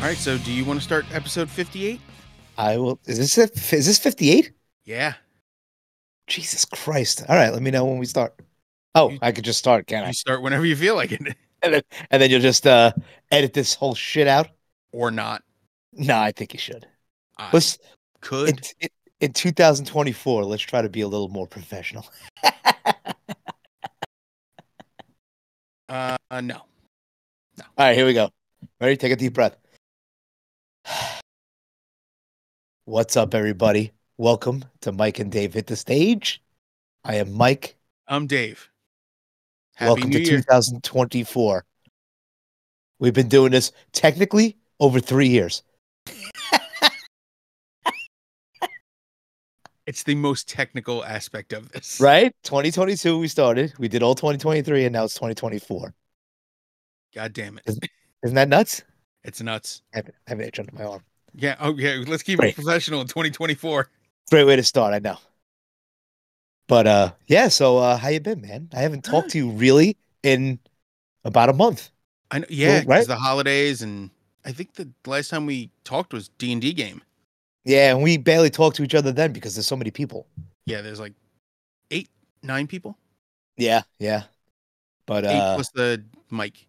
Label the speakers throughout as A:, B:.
A: right. So, do you want to start episode 58?
B: I will. Is this a, is this fifty eight?
A: Yeah.
B: Jesus Christ! All right, let me know when we start. Oh,
A: You-
B: I could just start, can I?
A: You start whenever you feel like it
B: And then, and then you'll just uh, edit this whole shit out.
A: or not.
B: No, I think you should.
A: I
B: Let's in,
A: could.
B: in, in 2024. Let's try to be a little more professional.
A: Uh, uh, no.
B: All right, here we go. Ready? Take a deep breath. What's up, everybody? Welcome to Mike and Dave hit the stage. I am Mike.
A: I'm Dave. Happy
B: Welcome
A: New
B: to
A: Year.
B: 2024. We've been doing this technically over three years.
A: It's the most technical aspect of this.
B: Right? 2022, we started. We did all 2023, and now it's 2024.
A: God damn it.
B: Isn't that nuts?
A: It's nuts.
B: I have, I have an itch under my arm.
A: Yeah. Oh, yeah. Let's keep
B: Right.
A: it professional in 2024.
B: Great way to start, I know. But uh yeah, so uh how you been, man? I haven't talked to you really in about a month.
A: I know. Yeah. 'cause
B: right?
A: the holidays and I think the last time we talked was D and D game.
B: Yeah, and we barely talked to each other then because there's so many people.
A: Yeah. There's like eight, nine people.
B: Yeah, yeah. But
A: eight
B: uh
A: plus the mic.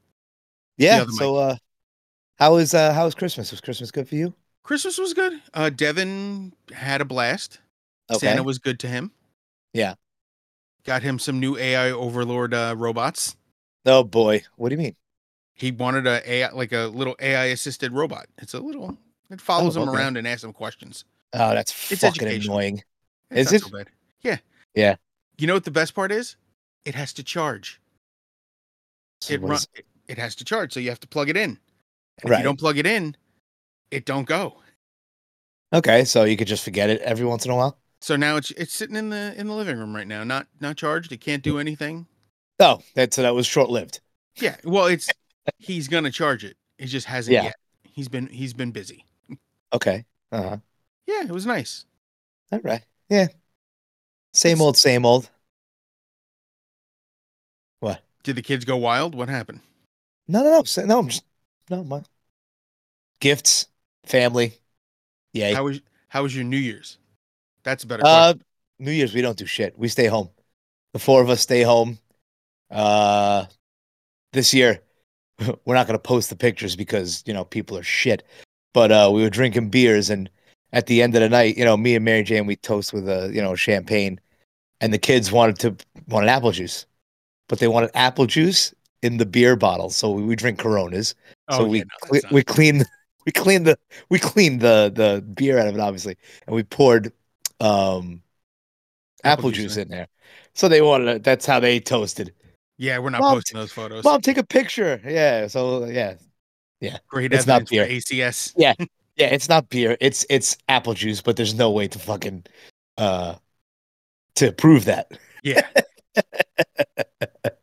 B: yeah,
A: other
B: so uh how was uh how was Christmas? Was Christmas good for you?
A: Christmas was good. Uh, Devin had a blast. Santa was good to him.
B: Yeah.
A: Got him some new AI overlord uh, robots.
B: Oh boy, what do you mean?
A: He wanted a AI, like a little AI assisted robot. It's a little. It follows
B: Oh,
A: him
B: okay.
A: around and asks him questions.
B: Oh, that's
A: It's
B: fucking
A: educational.
B: annoying.
A: It's
B: Is
A: not
B: it?
A: so bad. Yeah.
B: Yeah.
A: You know what the best part is? It has to charge.
B: So
A: It
B: what
A: run,
B: is-
A: it, it has to charge, so you have to plug it in. And If
B: right.
A: you don't plug it in, it don't go.
B: Okay, so you could just forget it every once in a while.
A: So now it's it's sitting in the in the living room right now, not not charged. It can't
B: Mm.
A: do anything.
B: Oh, that so that was short lived.
A: Yeah, well, it's he's gonna charge it. It just hasn't
B: Yeah.
A: yet. He's been he's been busy.
B: Okay. Uh huh.
A: Yeah, it was nice.
B: All right. Yeah. Same
A: It's-
B: old, same old.
A: Did the kids go wild? What happened?
B: No, no, no. sa- No, I'm just no. My gifts, family. Yay.
A: How was how was your New Year's? That's a better.
B: Uh, New Year's we don't do shit. We stay home. The four of us stay home. Uh, this year we're not gonna post the pictures because you know people are shit. But uh, we were drinking beers, and at the end of the night, you know, me and Mary Jane we toast with a you know champagne, and the kids wanted to wanted apple juice, but they wanted apple juice in the beer bottle, so we, we drink Coronas.
A: question.
B: so
A: Oh,
B: we
A: yeah, no, that's
B: cle-
A: not-
B: we cleaned we cleaned the we cleaned the the beer out of it obviously, and we poured um apple, juice in there. So they wanted it. That's how they toasted.
A: Yeah, we're not
B: Mom,
A: posting those photos.
B: Mom, take a picture. Yeah. So yeah,
A: Great
B: it's not
A: evidence for
B: beer.
A: ACS.
B: yeah. It's not beer. It's it's apple juice. But there's no way to fucking uh to prove that.
A: Yeah.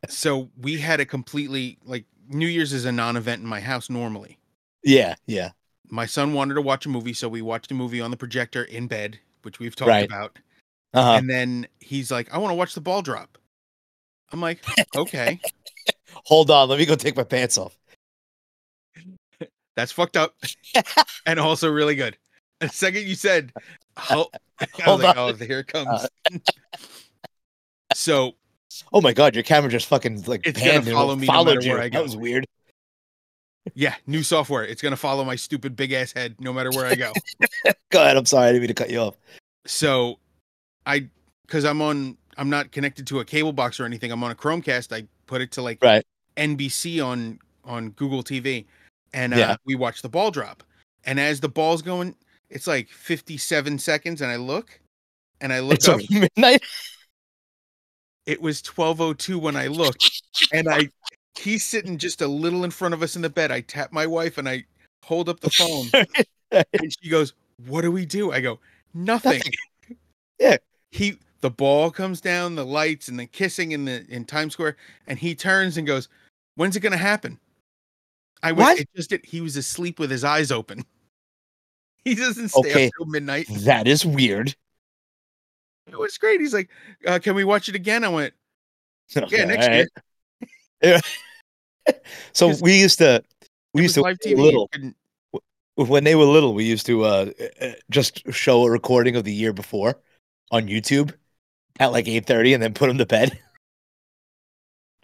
A: so we had a completely like New Year's is a non-event in my house normally.
B: Yeah. Yeah.
A: My son wanted to watch a movie, so we watched a movie on the projector in bed, which we've talked
B: Right.
A: about.
B: Uh huh.
A: and then he's like, "I want to watch the ball drop." I'm like, "Okay,
B: Hold on. Let me go take my pants off.
A: that's fucked up, and also really good." The second you said, "Oh," I was
B: Hold
A: like,
B: on. Uh.
A: "Oh, here it comes." so
B: Oh my god, your camera just fucking like
A: It's gonna
B: panned and
A: follow me no
B: followed
A: matter
B: you.
A: where I go.
B: That was weird.
A: yeah, new software. It's gonna follow my stupid big ass head no matter where I go.
B: Go ahead. I'm sorry. I didn't mean to cut you off.
A: so I, because I'm on, I'm not connected to a cable box or anything. I'm on a Chromecast. I put it to like
B: Right.
A: NBC on on Google TV, and uh,
B: Yeah.
A: we watch the ball drop. And as the ball's going, it's like 57 seconds, and I look, and I look
B: it's
A: up.
B: over midnight.
A: It was 12:02 when I looked, and I he's sitting just a little in front of us in the bed. I tap my wife, and I hold up the phone, and she goes, "What do we do?" I go, "Nothing."
B: Nothing. Yeah.
A: He the ball comes down, the lights, and the kissing in the in Times Square, and he turns and goes, "When's it gonna happen?" I
B: What?
A: went. It just did. He was asleep with his eyes open. He doesn't stay
B: Okay.
A: up till midnight.
B: that is weird.
A: It was great. He's like, uh, "Can we watch it again?" I went, "Yeah,
B: Okay,
A: next
B: all right.
A: year."
B: So
A: Because
B: we used to we
A: It
B: used
A: was
B: to
A: live
B: when we
A: TV.
B: were
A: you
B: little
A: couldn't-
B: when they were little, we used to uh, uh, just show a recording of the year before on YouTube at like eight thirty, and then put them to bed.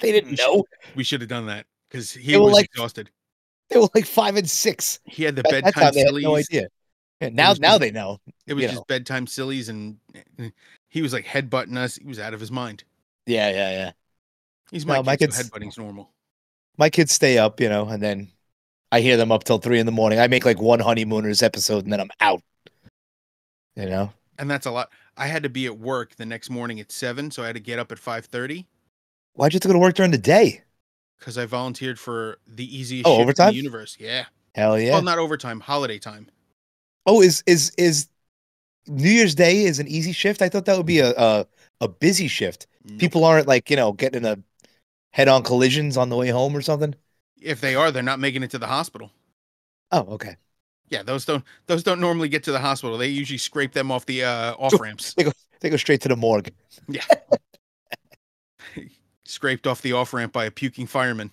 B: they didn't
A: We
B: know
A: We should have done that because he
B: They were
A: was
B: like-
A: exhausted.
B: they were like five and six.
A: He had the
B: At that
A: bedtime
B: time, they had
A: sillies.
B: no idea. Yeah, now,
A: was
B: now
A: just-
B: they know.
A: it was
B: you
A: just
B: know.
A: bedtime sillies, and eh, he was like headbutting us. He was out of his mind.
B: Yeah, yeah, yeah.
A: He's
B: No,
A: my,
B: my
A: kid, so
B: kids-
A: headbutting's normal.
B: my kids stay up, you know, and then I hear them up till three in the morning. I make like one honeymooners episode and then I'm out. You know?
A: and that's a lot. I had to be at work the next morning at seven, so I had to get up at five thirty
B: Why'd you have to go to work during the day?
A: because I volunteered for the easiest
B: Oh,
A: shift in
B: overtime?
A: the universe. Yeah.
B: Hell yeah.
A: well, not overtime, holiday time.
B: oh, is is is New Year's Day is an easy shift? I thought that would be a a, a busy shift.
A: Nope.
B: People aren't like, you know, getting a head on collisions on the way home or something.
A: if they are, they're not making it to the hospital.
B: Oh, okay.
A: Yeah, those don't those don't normally get to the hospital. They usually scrape them off the uh, off ramps,
B: They go straight to the morgue.
A: scraped off the off ramp by a puking fireman.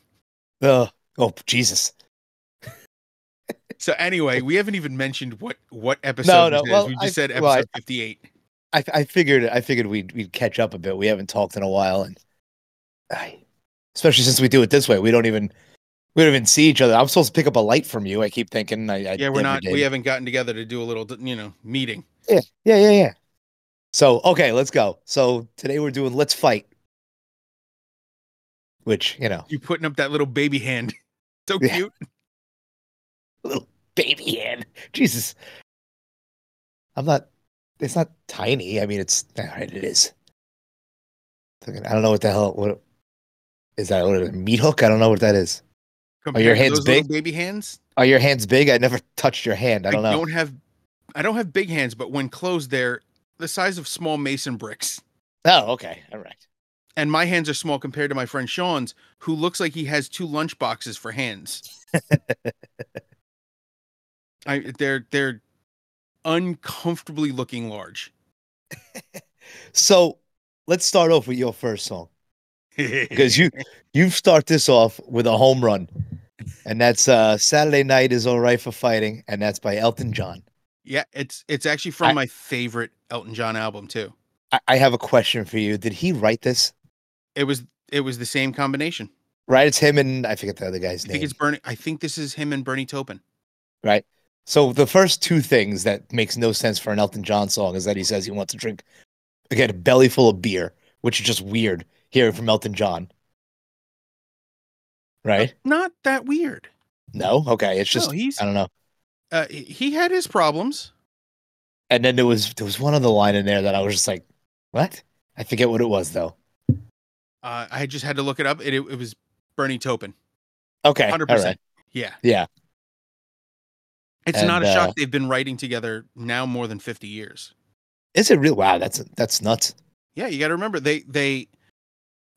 B: Ugh. Oh Jesus!
A: So anyway, we haven't even mentioned what what episode
B: no,
A: this is.
B: well,
A: we just
B: I-
A: said episode
B: well, I-
A: fifty eight.
B: I, I figured I figured we'd we'd catch up a bit. We haven't talked in a while, and I, especially since we do it this way, we don't even we don't even see each other. I'm supposed to pick up a light from you. I keep thinking, I, I
A: Yeah, we're
B: never
A: not.
B: did.
A: We haven't gotten together to do a little, you know, meeting.
B: yeah, yeah, yeah. So okay, let's go. So today we're doing let's fight, which you know,
A: You putting up that little baby hand, so
B: Yeah.
A: cute.
B: baby hand. Jesus, I'm not. It's not tiny. I mean, it's all right. It is. Fucking- I don't know what the hell. What is that? What, a meat hook? I don't know what that is.
A: compared
B: Oh, your
A: to
B: hands
A: those little
B: big?
A: baby hands
B: Are your hands big? I never touched your hand. I don't know.
A: have i don't have big hands but when closed they're the size of small mason bricks
B: Oh, okay. All right.
A: and my hands are small compared to my friend sean's who looks like he has two lunch boxes for hands i they're they're uncomfortably looking large
B: So let's start off with your first song because you you've start this off with a home run, and that's uh, "Saturday Night Is All Right for Fighting," and that's by Elton John.
A: yeah it's it's actually from
B: I-
A: my favorite elton john album too
B: I, I have a question for you. Did he write this?
A: it was it was the same combination
B: Right, it's him and I forget the other guy's
A: i think
B: name.
A: it's bernie i think this is him and bernie taupin
B: Right. So the first two things that makes no sense for an Elton John song is that he says he wants to drink again a belly full of beer, which is just weird hearing from Elton John. Right?
A: not that weird
B: No? Okay. It's just
A: no, he's
B: I don't know.
A: uh, he- he had his problems.
B: And then there was there was one other line in there that I was just like, What? I forget what it was though.
A: Uh, I just had to look it up. It, it, was Bernie Taupin.
B: Okay. all
A: 100%.
B: right.
A: Yeah.
B: Yeah.
A: It's
B: And,
A: not a shock
B: uh,
A: they've been writing together now more than 50 years.
B: Is it real? Wow, that's that's nuts.
A: Yeah, you got to remember they they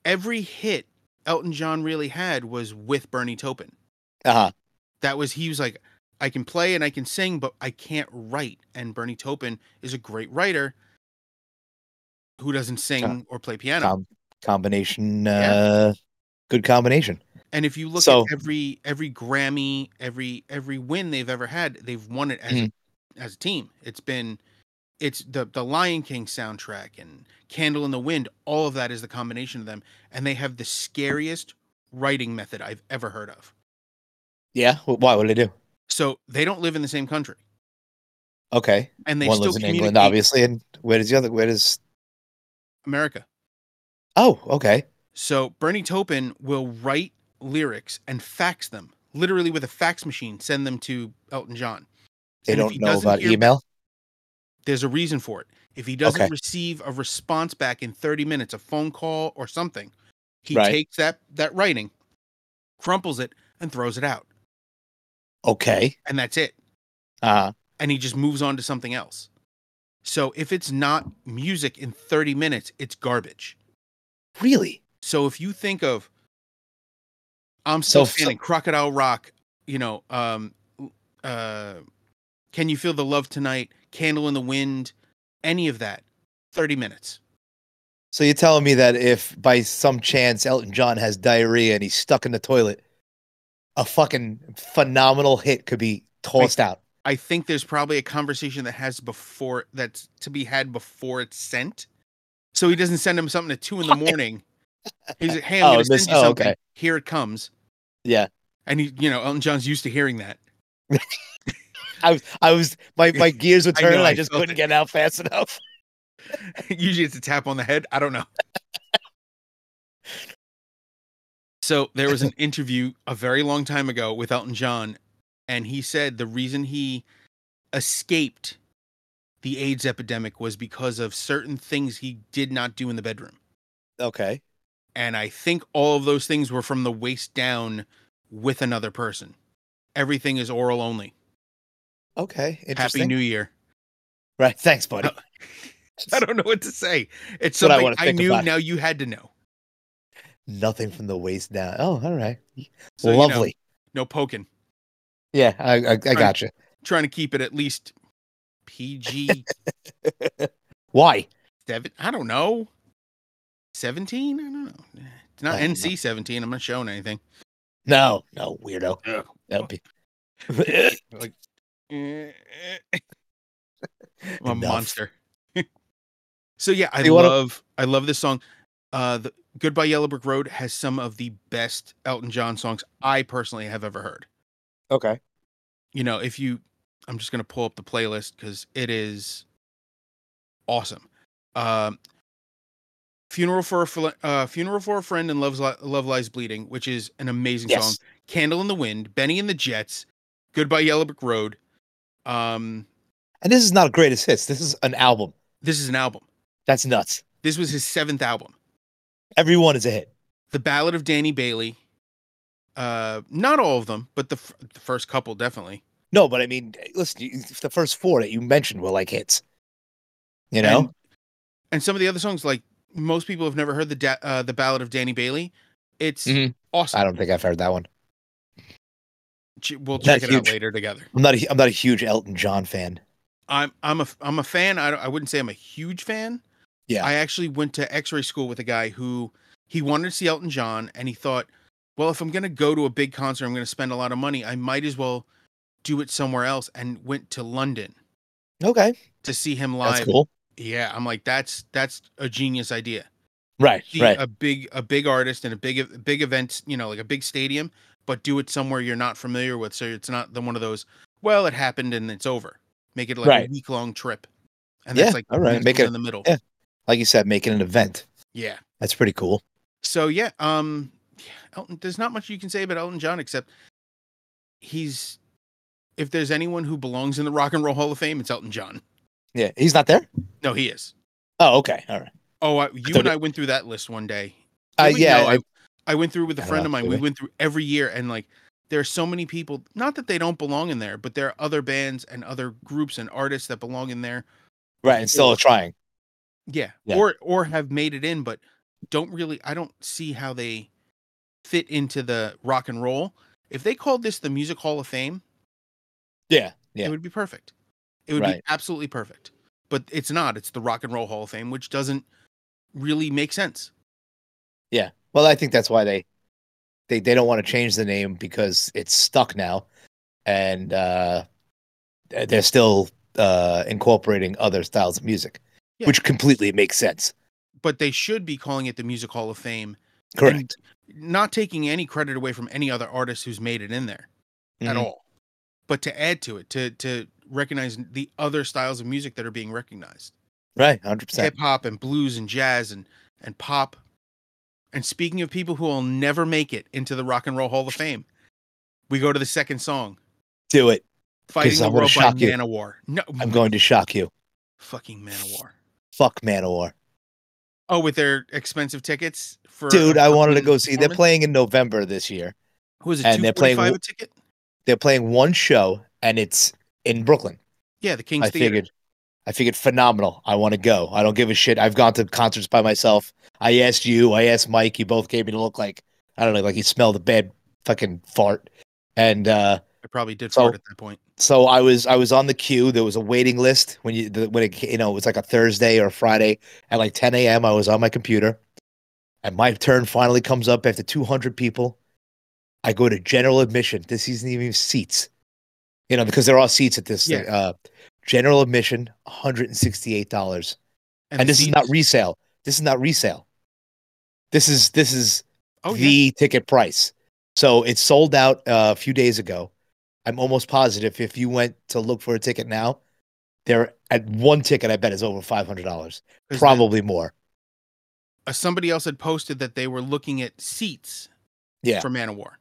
A: every hit Elton John really had was with Bernie Taupin.
B: Uh-huh.
A: That was he was like I can play and I can sing but I can't write and Bernie Taupin is a great writer who doesn't sing or play piano.
B: Com- combination
A: Yeah.
B: uh good combination.
A: And if you look
B: So-
A: at every every Grammy, every every win they've ever had, they've won it as
B: Mhm.
A: a, as a team. It's been it's the the Lion King soundtrack and Candle in the Wind, all of that is the combination of them and they have the scariest writing method I've ever heard of.
B: Yeah. Wh- Why would they do?
A: So they don't live in the same country
B: Okay.
A: and they
B: One
A: still
B: lives in
A: communicate
B: England, obviously, and where does the other? Where does?
A: America.
B: Oh, okay.
A: So Bernie Taupin will write lyrics and fax them, literally with a fax machine, send them to Elton John.
B: They
A: And if
B: don't
A: he
B: know
A: doesn't
B: about
A: hear
B: email.
A: there's a reason for it. If he doesn't
B: Okay.
A: receive a response back in 30 minutes, a phone call or something, he
B: Right.
A: takes that that writing, crumples it, and throws it out,
B: Okay.
A: and that's it.
B: Uh
A: And he just moves on to something else. So if it's not music in 30 minutes, it's garbage.
B: really?
A: So if you think of I'm
B: So-
A: still standing, Crocodile Rock, you know, um uh Can You Feel the Love Tonight, Candle in the Wind, any of that, 30 minutes.
B: So you're telling me that if by some chance Elton John has diarrhea and he's stuck in the toilet, a fucking phenomenal hit could be tossed out.
A: I think there's probably a conversation that has before that's to be had before it's sent. So he doesn't send him something at two in the morning. He's like, hey, I'm
B: Oh,
A: gonna
B: this-
A: send you
B: oh,
A: something.
B: okay.
A: Here it comes.
B: Yeah.
A: And he, you know, Elton John's used to hearing that.
B: I was, I was, my, my gears were
A: I know,
B: turning. I,
A: I
B: just
A: felt
B: couldn't
A: it.
B: get out fast enough.
A: Usually it's a tap on the head. I don't know. so there was an interview a very long time ago with Elton John, and he said the reason he escaped the AIDS epidemic was because of certain things he did not do in the bedroom.
B: Okay.
A: And I think all of those things were from the waist down with another person. Everything is oral only.
B: Okay. Interesting.
A: Happy New Year.
B: right. Thanks, buddy.
A: Uh, I don't know what to say. It's
B: That's what I
A: something
B: wanna
A: I,
B: think
A: knew.
B: about.
A: Now you had to know.
B: Nothing from the waist down. Oh, all right.
A: So, you know,
B: Lovely.
A: no poking.
B: yeah. I, I, I got you.
A: trying to keep it at least PG
B: Why?
A: seven. I don't know. Seventeen? I don't know. It's
B: I
A: not
B: don't know.
A: NC seventeen. I'm not showing anything.
B: No, no, weirdo.
A: Ugh.
B: That would be.
A: Eh, eh. I'm a
B: Enough.
A: monster. so yeah, I
B: You wanna-
A: love I love this song. Uh, the Goodbye Yellow Brick Road has some of the best Elton John songs I personally have ever heard.
B: Okay.
A: you know, if you, I'm just gonna pull up the playlist because it is awesome. Um, funeral for a Fl- uh, funeral for a friend and loves Li- love lies bleeding, which is an amazing song.
B: Yes.
A: Candle in the wind, Benny and the Jets, Goodbye Yellow Brick Road. Um,
B: And this is not greatest hits. This is an album.
A: this is an album.
B: That's nuts.
A: This was his seventh album.
B: Everyone is a hit.
A: The Ballad of Danny Bailey. Uh, not all of them, but the f- the first couple definitely.
B: No, but I mean, listen, you, the first four that you mentioned were like hits. You know?
A: and, and some of the other songs like most people have never heard the da- uh, the ballad of danny bailey it's
B: Mhm.
A: awesome
B: I don't think I've heard that one.
A: Ch- we'll check
B: That's
A: it out
B: huge.
A: later together
B: I'm not. A, I'm not a huge Elton John fan.
A: i'm i'm a f- i'm a fan i, don't- I wouldn't say i'm a huge fan
B: Yeah.
A: i actually went to x-ray school with a guy who he wanted to see elton john and he thought well if i'm going to go to a big concert i'm going to spend a lot of money i might as well do it somewhere else and went to london
B: Okay,
A: to see him live
B: that's cool.
A: yeah i'm like that's that's a genius idea
B: Right,
A: see
B: right.
A: a big a big artist and a big a big event, you know, like a big stadium, but do it somewhere you're not familiar with, so it's not the one of those. Well, it happened and it's over. Make it like a
B: Right.
A: week long trip, and
B: Yeah,
A: that's like
B: all right,
A: penciled
B: make it-
A: in the middle.
B: yeah. like you said, making an event.
A: Yeah.
B: That's pretty cool.
A: So yeah, um, yeah, Elton, there's not much you can say about Elton John except he's if there's anyone who belongs in the Rock and Roll Hall of Fame, it's Elton John.
B: Yeah, he's not there.
A: No, he is.
B: Oh, okay, all right.
A: Oh, I, you
B: thought
A: and
B: it-
A: I went through that list one day.
B: Uh,
A: Did we?
B: yeah,
A: No, I,
B: I-
A: I went through with a
B: I don't
A: friend
B: know,
A: of mine.
B: did
A: We
B: we?
A: went through every year, and like there are so many people. Not that they don't belong in there, but there are other bands and other groups and artists that belong in there.
B: right. And still trying.
A: Yeah,
B: Yeah.
A: or or have made it in, but don't really. I don't see how they fit into the rock and roll. If they called this the Music Hall of Fame,
B: Yeah, yeah.
A: it would be perfect. It would be
B: Right.
A: absolutely perfect. But it's not. It's the Rock and Roll Hall of Fame, which doesn't really make sense.
B: Well, I think that's why they they they don't want to change the name because it's stuck now, and uh, th- they're still uh, incorporating other styles of music,
A: Yeah.
B: which completely makes sense.
A: But they should be calling it the Music Hall of Fame
B: Correct.
A: not taking any credit away from any other artist who's made it in there at
B: Mhm.
A: all but to add to it to to recognize the other styles of music that are being recognized
B: Right. Hundred percent.
A: hip hop and blues and jazz and and pop and speaking of people who will never make it into the rock and roll hall of fame we go to the second song
B: Do it.
A: fighting
B: 'Cause I
A: the
B: wanna
A: world by
B: shock you.
A: manowar no
B: I'm going to shock you.
A: fucking manowar
B: Fuck Manowar.
A: oh with their expensive tickets for
B: Dude, I wanted to go
A: fucking
B: see. They're
A: performance?
B: playing in November this year.
A: Who is it
B: and they're playing
A: 245
B: Wo-
A: a ticket
B: They're playing one show, and it's in Brooklyn.
A: yeah the king's
B: I
A: theater
B: figured, I figured, phenomenal. I want to go. I don't give a shit. I've gone to concerts by myself. I asked you. I asked Mike. You both gave me the look like I don't know, like you smelled a bad fucking fart. And uh,
A: i probably did
B: So-
A: for it at that point
B: so I was, I was on the queue. There was a waiting list when you, the, when it, ca- you know, it was like a Thursday or a Friday at like 10 a.m. I was on my computer, and my turn finally comes up after 200 people. I go to general admission. This isn't even seats. You know, because there are seats at this
A: Yeah.
B: thing. Uh, general admission, one hundred and sixty-eight dollars, and,
A: the
B: this is
A: seats-
B: not resale. This is not resale. This is this is
A: oh,
B: the
A: yeah.
B: ticket price. So it sold out uh, a few days ago. I'm almost positive if you went to look for a ticket now, there at one ticket I bet is over five hundred dollars,
A: 'Cause the-
B: probably more.
A: uh, somebody else had posted that they were looking at seats
B: Yeah.
A: for Man of War.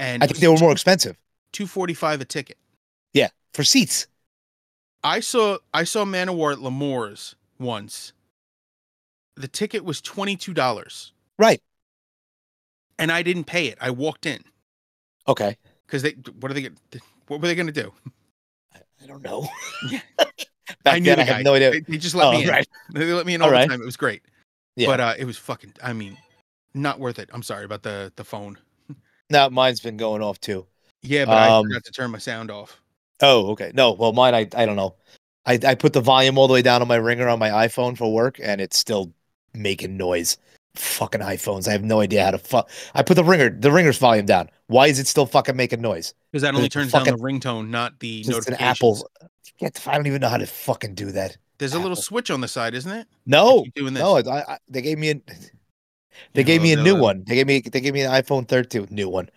A: And
B: I think they were more expensive
A: two forty five a ticket.
B: for seats.
A: I saw I saw Man of War at Lemoore's once. The ticket was twenty two dollars,
B: Right.
A: and I didn't pay it. I walked in
B: Okay.
A: because they what are they gonna- what were they going to do?
B: I don't know.
A: Yeah.
B: Back
A: I knew
B: then,
A: the
B: I
A: guy.
B: have no idea.
A: They, they just let
B: Oh,
A: me in.
B: right.
A: They let me in all,
B: All
A: the
B: right.
A: time. It was great,
B: Yeah.
A: but uh, it was fucking. I mean, not worth it. I'm sorry about the the phone.
B: Now mine's been going off too.
A: Yeah, but I
B: Um,
A: forgot to turn my sound off.
B: Oh, okay. No, well, mine. I I don't know. I I put the volume all the way down on my ringer on my iPhone for work, and it's still making noise. Fucking iPhones. I have no idea how to fuck. I put the ringer the ringer's volume down. Why is it still fucking making noise?
A: Because that only
B: It's a
A: turns down the ringtone, not the
B: It's an
A: notifications.
B: Apple. Get the- I don't even know how to fucking do that.
A: There's a little
B: Apple.
A: switch on the side, isn't it?
B: No,
A: Keep doing this.
B: no. I, I, they gave me a they gave me a new one. They gave me they gave me an iPhone 13 new one.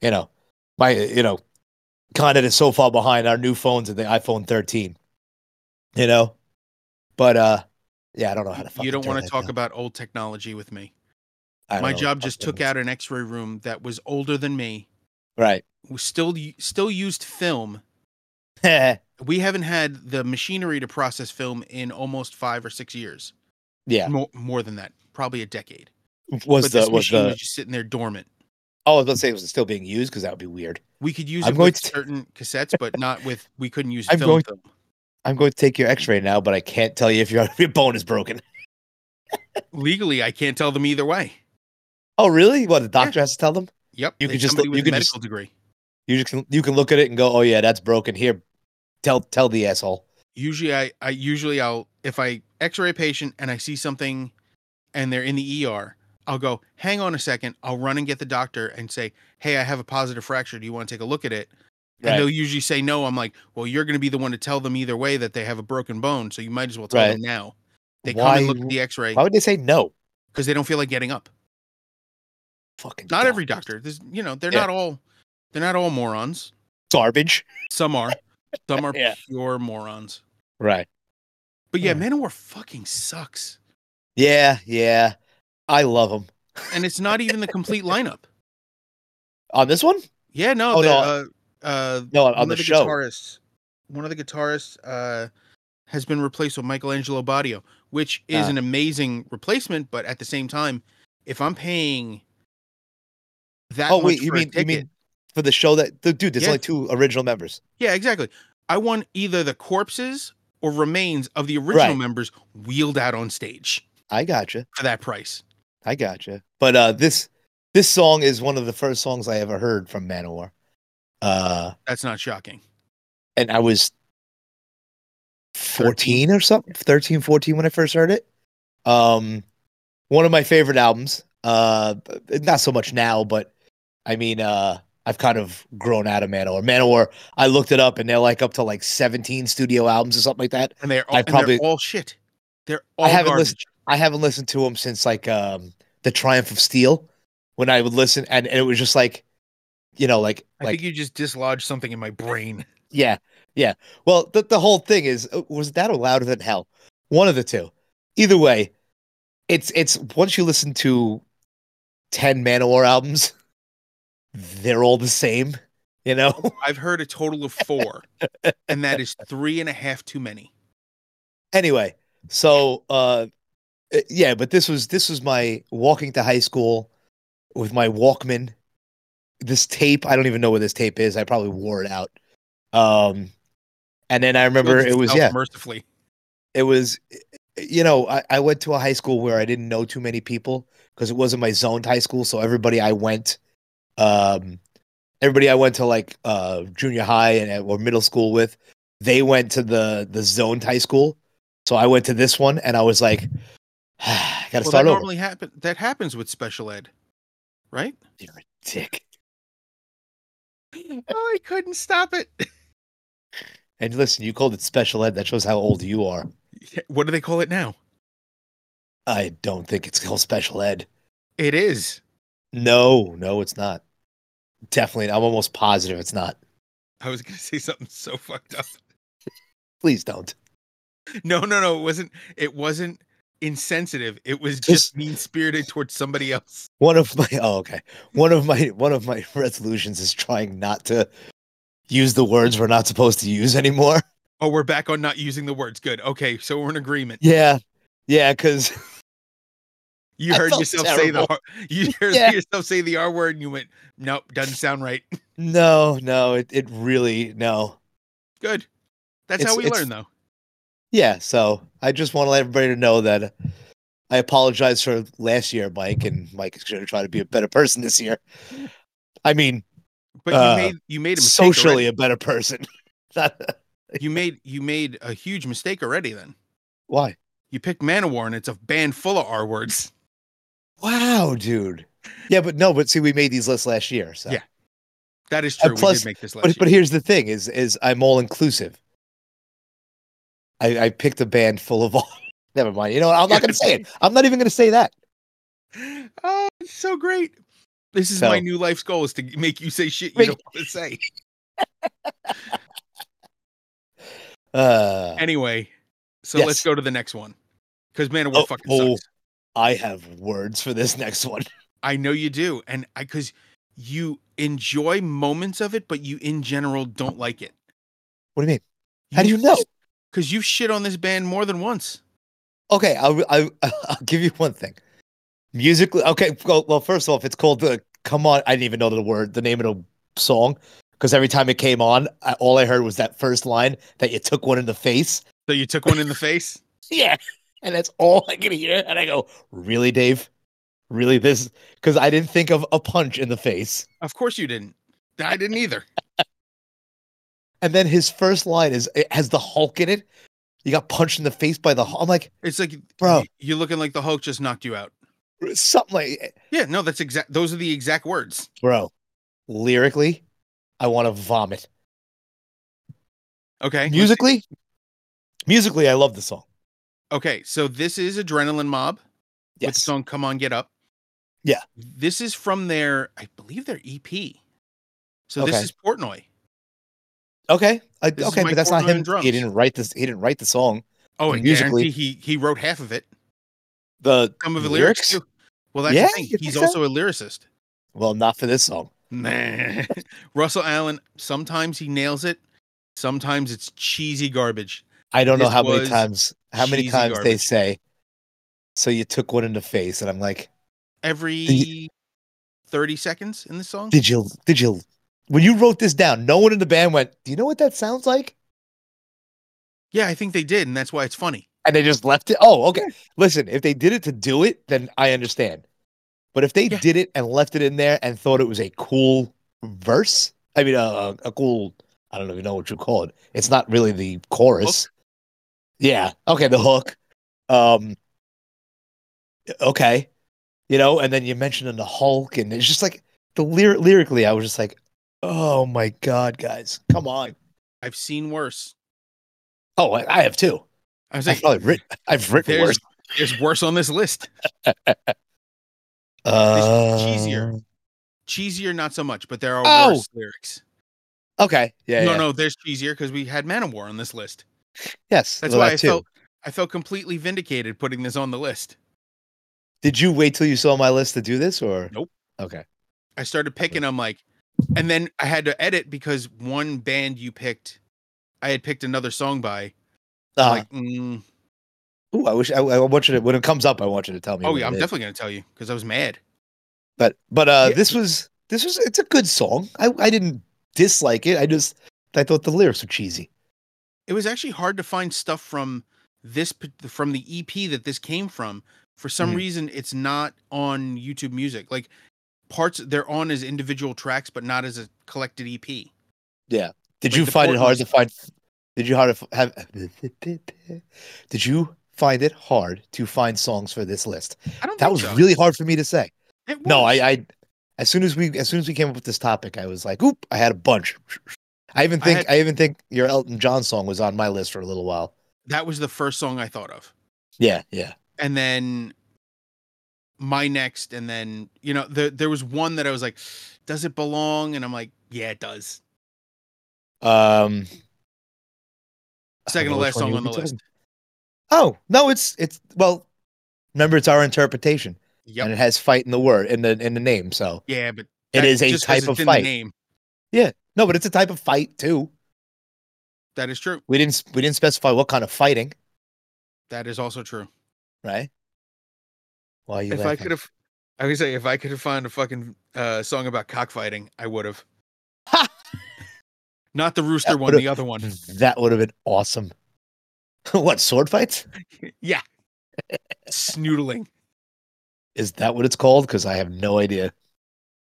B: You know, my you know, Connet is so far behind our new phones and the iPhone 13. You know, but uh, yeah, I don't know how to.
A: You
B: fucking
A: don't
B: turn
A: want to
B: that
A: talk
B: down.
A: about old technology with me.
B: I don't
A: My
B: know.
A: job just took
B: Fucking-
A: out an X-ray room that was older than me.
B: right.
A: We still u- still used film.
B: yeah,
A: We haven't had the machinery to process film in almost five or six years. More, more than that, probably a decade.
B: was
A: but this
B: the was
A: machine
B: the
A: was just sitting there dormant.
B: oh, I was gonna say was it still being used because that would be weird.
A: We could use
B: I'm
A: it
B: going
A: with
B: to-
A: certain cassettes, but not with. We couldn't use
B: I'm
A: film.
B: going-
A: film.
B: I'm going to take your X-ray now, but I can't tell you if your your bone is broken.
A: Legally, I can't tell them either way.
B: Oh, really? What the doctor has to tell them?
A: Yep,
B: You could
A: it's
B: just
A: somebody
B: look-
A: with
B: you
A: a
B: could
A: medical
B: just-
A: degree.
B: You just can you can look at it and go, oh yeah, that's broken. Here, tell tell the asshole.
A: usually I, I usually I'll if I x-ray a patient and I see something and they're in the ER, I'll go, hang on a second, I'll run and get the doctor and say, Hey, I have a positive fracture. Do you want to take a look at it? And they'll usually say no. I'm like, well, you're gonna be the one to tell them either way that they have a broken bone, so you might as well tell them now. They come and look at the x-ray
B: Why would they say no?
A: because they don't feel like getting up.
B: Fucking
A: Not every
B: doctors.
A: doctor. There's you know, they're
B: Yeah.
A: not all they're not all morons.
B: garbage.
A: Some are. Some are
B: Yeah.
A: pure morons.
B: Right.
A: But yeah,
B: Yeah.
A: Man of War fucking sucks.
B: Yeah, yeah. I love them.
A: and it's not even the complete lineup.
B: On this one?
A: Yeah, no,
B: Oh,
A: the,
B: no.
A: Uh, uh,
B: No, on,
A: one
B: on
A: of
B: the, show.
A: guitarists, one of the guitarists, uh, has been replaced with Michelangelo Badio, which is
B: Ah.
A: an amazing replacement. But at the same time, if I'm paying that,
B: Oh
A: much
B: wait, you
A: for a
B: mean you
A: ticket-
B: mean for the show that the dude? There's
A: Yeah.
B: only two original members.
A: yeah, exactly. I want either the corpses or remains of the original
B: Right.
A: members wheeled out on stage
B: I gotcha.
A: for that price.
B: I gotcha. But uh, this this song is one of the first songs I ever heard from Manowar. Uh,
A: That's not shocking.
B: and I was 14 or something 13 14 when i first heard it um one of my favorite albums uh not so much now but i mean uh i've kind of grown out of manowar manowar i looked it up and they're like up to like 17 studio albums or something like that
A: And they're all,
B: I
A: and
B: probably-
A: they're all shit. They're all
B: I haven't
A: garbage.
B: listened- i haven't listened to them since like um the triumph of steel when i would listen and, and it was just like you know like
A: I
B: like
A: think you just dislodged something in my brain.
B: Yeah, yeah. Well, the the whole thing is uh, was that or louder than hell? One of the two. Either way, it's it's once you listen to ten Manowar albums, they're all the same. You know,
A: I've heard a total of four, and that is three and a half too many.
B: anyway so uh uh, yeah but this was this was my walking to high school with my walkman this tape i don't even know where this tape is i probably wore it out um and then i remember
A: Builds
B: it was
A: itself
B: yeah
A: mercifully.
B: it was you know I, I went to a high school where i didn't know too many people because it wasn't my zoned high school so everybody i went um everybody i went to like uh junior high and or middle school with they went to the the zoned high school so i went to this one and i was like i
A: Well,
B: gotta
A: that
B: start over
A: normally happen. That happens with special ed, right?
B: You're a dick
A: oh, I couldn't stop it.
B: And listen, you called it special ed. That shows how old you are.
A: What do they call it now?
B: I don't think it's called special ed.
A: It is.
B: No, no, it's not. Definitely, I'm almost positive it's not.
A: I was gonna say something so fucked up.
B: Please don't.
A: No, no, no. It wasn't. It wasn't insensitive. It was just mean spirited towards somebody else.
B: One of my oh, okay. One of my one of my resolutions is trying not to use the words we're not supposed to use anymore.
A: Oh, we're back on not using the words. Good. Okay, so we're in agreement.
B: Yeah, yeah, because
A: You
B: I
A: heard
B: felt
A: yourself say the
B: terrible.
A: R- you heard
B: Yeah.
A: yourself say the R word, and you went, "Nope, doesn't sound right."
B: no, no, it it really no.
A: Good. That's
B: It's-
A: how we
B: it's-
A: learn, though.
B: Yeah, so I just want to let everybody to know that I apologize for last year, Mike, and Mike is going to try to be a better person this year. I mean,
A: But
B: uh,
A: you made you made a mistake
B: socially a better person. Not-
A: already. You made you made a huge mistake already. Then
B: Why?
A: you picked Manowar, and it's a band full of R words.
B: Wow, dude. Yeah, but no, but see, we made these lists last year. So,
A: Yeah, That is
B: And
A: true. we
B: Uh, plus-
A: did make this last
B: but but
A: year.
B: here's the thing: is is I'm all inclusive. I, I picked a band full of all. Never mind. You know what? I'm not going to say it. I'm not even going to say that.
A: oh, it's so great. This is
B: So-
A: my new life's goal: is to make you say shit you
B: Make-
A: don't want to say.
B: Uh,
A: Anyway, so
B: Yes.
A: let's go to the next one because Manowar
B: Oh,
A: fucking
B: oh.
A: sucks.
B: I have words for this next one.
A: I know you do, and I because you enjoy moments of it, but you in general don't like it.
B: What do you mean? How do you know?
A: Because you shit on this band more than once.
B: Okay, I'll, I'll, I'll give you one thing. Musically, okay. Well, well, first of all, if it's called the "Come On," I didn't even know the word, the name of the song, because every time it came on, I, all I heard was that first line that you took one in the face.
A: So you took one in the face.
B: Yeah, and that's all I could hear. And I go, "Really, Dave? Really this?" Because I didn't think of a punch in the face.
A: Of course you didn't. I didn't either.
B: And then his first line is it has the Hulk in it. You got punched in the face by the Hulk. I'm like,
A: It's like
B: bro,
A: y- you're looking like the Hulk just knocked you out.
B: something like,
A: Yeah, no, that's exact. Those are the exact words.
B: bro, lyrically, I want to vomit.
A: Okay. let's see.
B: musically musically i love the song
A: Okay, so this is Adrenaline Mob with the
B: yes
A: song "Come On Get Up."
B: Yeah.
A: This is from their, I believe their EP. So this
B: Okay.
A: is Portnoy.
B: okay I,
A: This is
B: okay
A: Mike
B: but that's not
A: Portnoy on
B: him
A: drums.
B: he didn't write this he didn't write the song
A: Oh,
B: And
A: and
B: musically-
A: guarantee he he wrote half of it.
B: the
A: Some of the
B: Lyrics?
A: lyrics. too. Well, that's the
B: Yeah,
A: thing.
B: you think
A: He's
B: so?
A: also a lyricist.
B: well not for this song
A: Nah. Russell Allen. Sometimes he nails it. Sometimes it's cheesy garbage.
B: i don't know
A: This
B: how many
A: was
B: times how many
A: cheesy
B: times they
A: garbage.
B: say so you took one in the face and i'm like
A: Every
B: The-
A: thirty seconds in the song.
B: did you did you when you wrote this down no one in the band went do you know what that sounds like
A: yeah, I think they did, and that's why it's funny.
B: and they just left it oh okay listen if they did it to do it then i understand but if they
A: Yeah.
B: did it and left it in there and thought it was a cool verse i mean uh, a cool i don't even know what you call it it's not really the chorus yeah okay the hook um okay you know and then you mentioned in the hulk and it's just like the lyric lyrically i was just like oh my god guys come on
A: I've seen worse.
B: oh i, I have too
A: I was
B: i've
A: like,
B: probably written i've written
A: there's,
B: worse
A: there's worse on this list.
B: uh,
A: cheesier. Cheesier, not so much, but there are
B: Oh!
A: worse lyrics.
B: Okay. Yeah.
A: no,
B: yeah.
A: no, there's cheesier because we had Manowar on this list.
B: Yes.
A: That's
B: well,
A: why
B: that
A: I
B: too.
A: felt I felt completely vindicated putting this on the list.
B: Did you wait till you saw my list to do this, or
A: Nope.
B: Okay.
A: I started picking. I'm like, and then I had to edit because one band you picked, I had picked another song by.
B: Uh,
A: I'm like, mm,
B: ooh, I wish I, I want you to when it comes up. I want you to tell me.
A: oh
B: what
A: yeah,
B: it
A: I'm
B: is.
A: definitely gonna tell you because I was mad.
B: But but uh,
A: Yeah.
B: this was this was it's a good song. I I didn't dislike it. I just I thought the lyrics were cheesy.
A: It was actually hard to find stuff from this p- from the EP that this came from. For some
B: Mhm.
A: reason, it's not on YouTube Music. Like parts they're on as individual tracks, but not as a collected E EP.
B: Did
A: Like
B: you
A: the
B: find it
A: Portnoy
B: hard to find? Did you hard to f- have? Did you find it hard to find songs for this list?
A: I don't.
B: That
A: think
B: was
A: so.
B: really hard for me to say.
A: It
B: No,
A: was.
B: I, I as soon as we as soon as we came up with this topic, I was like, oop, I had a bunch. I even
A: I
B: think I,
A: had-
B: even think your Elton John song was on my list for a little while.
A: That was the first song I thought of.
B: Yeah, yeah.
A: and then my next and then you know there there was one that I was like does it belong and I'm like yeah it does
B: Um I
A: Second
B: don't
A: to
B: know
A: last
B: which one
A: song
B: you
A: on
B: were
A: the list.
B: talking- Oh, no, it's it's well, remember it's our interpretation
A: yep
B: and it has fight in the word in the in the name, so
A: yeah but
B: it
A: that-
B: is a
A: just 'cause
B: type
A: it's
B: of
A: in the
B: fight.
A: name
B: No, but it's a type of fight too.
A: that is true
B: We didn't we didn't specify what kind of fighting,
A: that is also true
B: right? Why are you
A: if I
B: laughing?
A: could have I would say if I could have found a fucking uh, song about cockfighting I would have not the rooster
B: That
A: one
B: would've-
A: the other one
B: That would have been awesome. what sword fights?
A: yeah snoodling
B: Is that what it's called? Because I have no idea.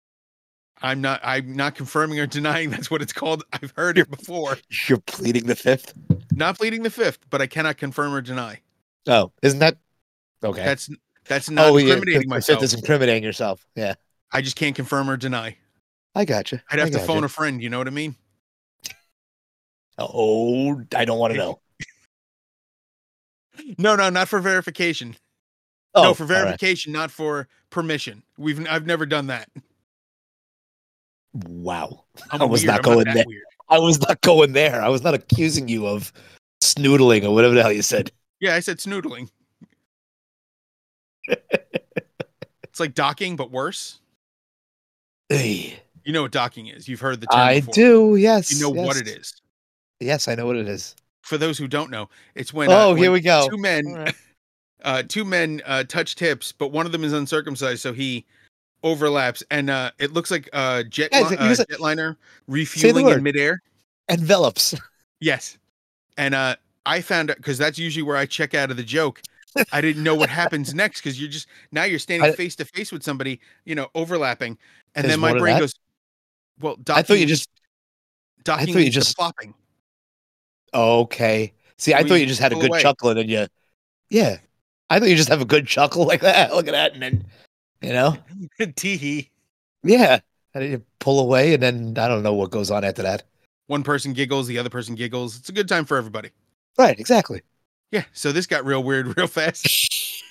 A: I'm not I'm not confirming or denying that's what it's called I've heard it before
B: You're pleading the fifth.
A: not pleading the fifth but I cannot confirm or deny
B: Oh, isn't that okay?
A: That's that's not
B: oh,
A: incriminating
B: the- the
A: myself.
B: fifth is incriminating yourself. Yeah,
A: I just can't confirm or deny.
B: I got you.
A: I'd have to phone a friend. You know what I mean?
B: Oh, I don't want to know.
A: No, no, not for verification.
B: Oh,
A: no, for
B: all right.
A: verification, not for permission. We've I've never done that.
B: Wow,
A: I'm
B: I was
A: weird.
B: not
A: I'm
B: going
A: that
B: there.
A: weird.
B: I was not going there. I was not accusing you of snoodling or whatever the hell you said.
A: Yeah, I said snoodling. it's like docking, but worse.
B: Hey,
A: You know what docking is. You've heard the term.
B: I
A: before.
B: do. Yes,
A: You know what
B: yes.
A: it is.
B: Yes, I know what it is.
A: For those who don't know, it's when uh,
B: oh,
A: when
B: here we go.
A: two men
B: All right.
A: uh, two men uh, touch tips, but one of them is uncircumcised, so he overlaps, and uh, it looks like uh, jet
B: Yeah,
A: li-
B: it's like-
A: uh,
B: it's like-
A: jetliner refueling in
B: word.
A: midair.
B: Envelops.
A: Yes, and uh, I found out because that's usually where I check out of the joke. I didn't know what happens next because you're just now you're standing
B: I-
A: face to face with somebody, you know, overlapping, and
B: There's
A: then my
B: more to
A: brain
B: that?
A: goes, "Well, docking,
B: I thought you just
A: docking
B: thought you
A: means the
B: just-
A: flopping."
B: Okay. See, I
A: We
B: thought you just had a
A: pull
B: good
A: away.
B: chuckle and then you, yeah. I thought you just have a good chuckle like that. Look at that, and then, you know,
A: Tee hee.
B: yeah. And then you pull away, and then I don't know what goes on after that.
A: One person giggles, the other person giggles. It's a good time for everybody.
B: Right. Exactly.
A: Yeah, so this got real weird real fast.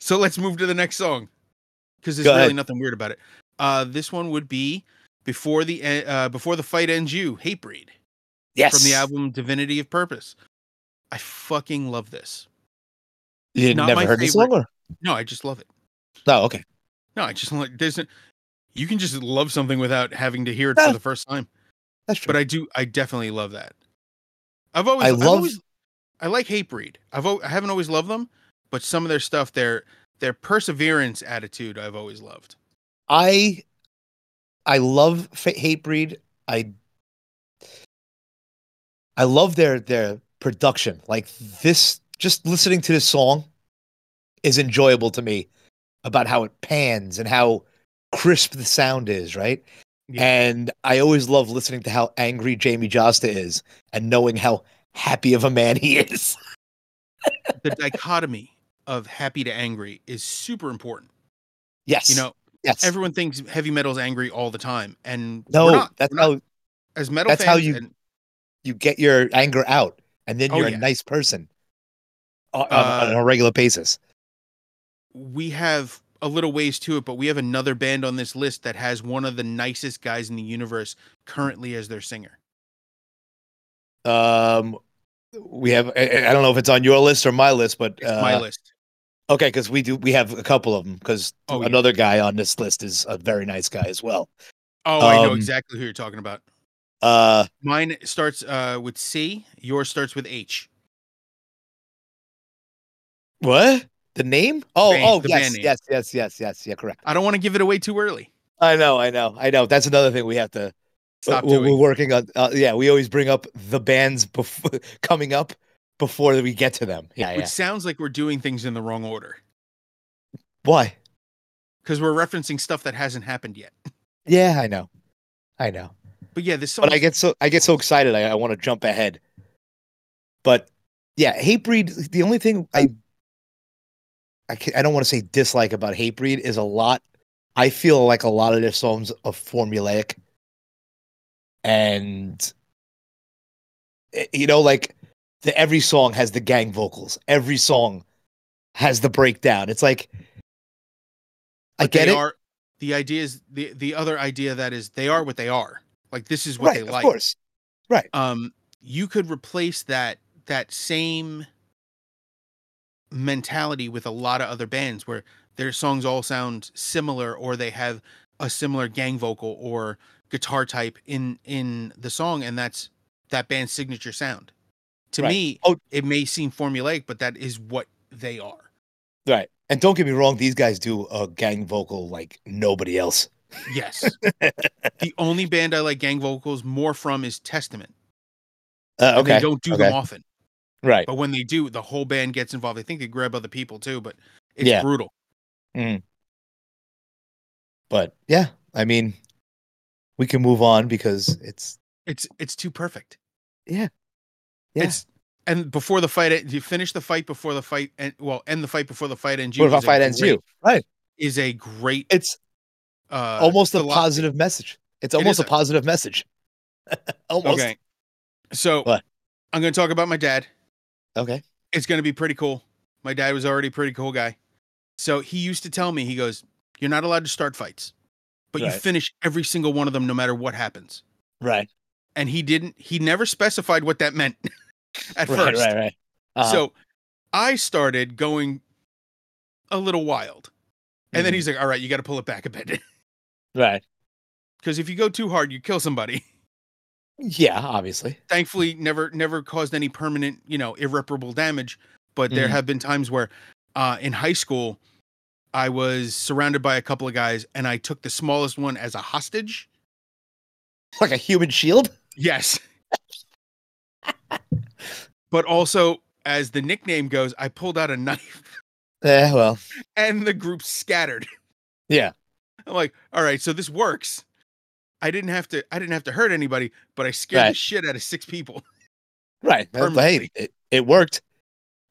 A: so let's move to the next song because there's
B: Go
A: really
B: ahead.
A: nothing weird about it. Uh, this one would be before the e- uh, before the fight ends. You hate breed
B: Yes.
A: from the album Divinity of Purpose. I fucking love this.
B: You
A: Not
B: never
A: my
B: heard this
A: favorite.
B: song? Or?
A: No, I just love it.
B: No. Okay.
A: No, I just like there's. No, you can just love something without having to hear it
B: Yeah.
A: for the first time.
B: That's Ah. true.
A: But I do. I definitely love that. I've always.
B: I
A: I've
B: love-
A: always- I like Hatebreed. I've. al- I haven't always loved them, but some of their stuff, their their perseverance attitude, I've always loved.
B: I, I love Fa- Hatebreed. I, I love their their production. Like this, just listening to this song is enjoyable to me. About how it pans and how crisp the sound is, right?
A: Yeah.
B: And I always love listening to how angry Jamie Josta is and knowing how happy of a man he is.
A: The dichotomy of happy to angry is super important.
B: yes,
A: You know,
B: yes.
A: everyone thinks heavy metal's angry all the time, and we're
B: no,
A: not.
B: that's
A: We're not.
B: how
A: as metal.
B: that's how
A: fans
B: you-
A: and-
B: you get your anger out and then
A: Oh,
B: you're
A: yeah.
B: a nice person on, on-
A: Uh,
B: on a regular basis
A: we have a little ways to it, but we have another band on this list that has one of the nicest guys in the universe currently as their singer.
B: um we have i, I don't know if it's on your list or my list but
A: It's
B: uh,
A: my list.
B: okay because we do we have a couple of them because
A: Oh, yeah.
B: another guy on this list is a very nice guy as well
A: Oh, I know
B: um,
A: exactly who you're talking about.
B: uh
A: Mine starts uh, with C. Yours starts with H.
B: what the name oh
A: Band-
B: oh
A: the
B: yes
A: band name.
B: yes yes yes yes yeah correct
A: I don't want to give it away too early.
B: i know i know i know that's another thing we have to
A: Stop
B: we're,
A: doing.
B: we're working on uh, yeah we always bring up the bands before coming up before we get to them yeah,
A: Which
B: yeah.
A: sounds like we're doing things in the wrong order
B: why
A: because we're referencing stuff that hasn't happened yet.
B: yeah i know i know
A: But yeah, this song.
B: but I get so I get so excited. I, I want to jump ahead. But yeah, Hatebreed. The only thing I I, can, I don't want to say dislike about Hatebreed is a lot. I feel like a lot of their songs are formulaic, and eh, you know, like the every song has the gang vocals. Every song has the breakdown. It's like I
A: But
B: get
A: they
B: it.
A: Are, the idea is the the other idea that is they are what they are. Like this is what
B: right,
A: they
B: of
A: like.
B: course.
A: um you could replace that that same mentality with a lot of other bands where their songs all sound similar or they have a similar gang vocal or guitar type in in the song and that's that band's signature sound to
B: Right.
A: me
B: Oh.
A: it may seem formulaic but that is what they are
B: Right. And don't get me wrong, these guys do a gang vocal like nobody else.
A: yes the only band i like gang vocals more from is testament
B: Uh,
A: and
B: okay.
A: they don't do
B: okay.
A: them often
B: Right.
A: But when they do, the whole band gets involved. I think they grab other people too, but it's
B: Yeah.
A: brutal.
B: But yeah, I mean, we can move on because it's
A: It's it's too perfect.
B: Yeah. Yeah.
A: It's and before the fight, you finish the fight before the fight, and well, end the fight before the fight ends. you
B: what about
A: is a
B: fight ends
A: great-
B: you? Right.
A: Is a great
B: It's
A: uh,
B: almost a
A: philo-
B: positive message. It's almost
A: is
B: a
A: a-
B: positive message. almost.
A: Okay, so
B: What?
A: I'm going to talk about my dad.
B: Okay.
A: It's going to be pretty cool. My dad was already a pretty cool guy, so he used to tell me, he goes, "You're not allowed to start fights, but you
B: Right.
A: finish every single one of them, no matter what happens."
B: Right.
A: and he didn't he never specified what that meant at
B: right,
A: first
B: Right. Right. Uh-huh.
A: so i started going a little wild and then
B: Mhm.
A: he's like all right you got to pull it back a bit
B: right.
A: because if you go too hard you kill somebody
B: Yeah. Obviously.
A: thankfully never never caused any permanent you know irreparable damage but there
B: Mhm.
A: have been times where uh, in high school i was surrounded by a couple of guys and i took the smallest one as a hostage
B: Like a human shield.
A: yes but also as the nickname goes i pulled out a knife
B: Yeah. Eh, Well.
A: and the group scattered.
B: Yeah.
A: I'm like, all right, so this works. I didn't have to I didn't have to hurt anybody, but I scared the
B: Right.
A: shit out of six people.
B: Right. But hey,
A: Permanently.
B: it, it worked.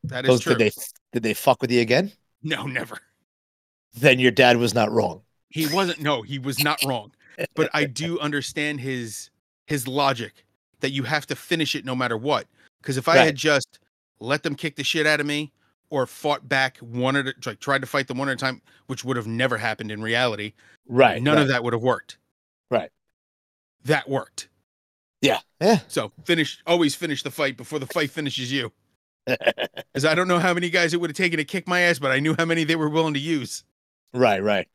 A: That is
B: Those,
A: true.
B: did they? Did they fuck with you again?
A: No, never.
B: Then your dad was not wrong.
A: He wasn't no, he was not wrong. But I do understand his his logic that you have to finish it no matter what. Because if I
B: Right.
A: had just let them kick the shit out of me or fought back one at a like tried to fight them one at a time, which would have never happened in reality,
B: Right.
A: none
B: right.
A: of that would have worked.
B: Right.
A: That worked.
B: Yeah. Yeah.
A: So finish, always finish the fight before the fight finishes you. Because I don't know how many guys it would have taken to kick my ass, but I knew how many they were willing to use.
B: Right. Right.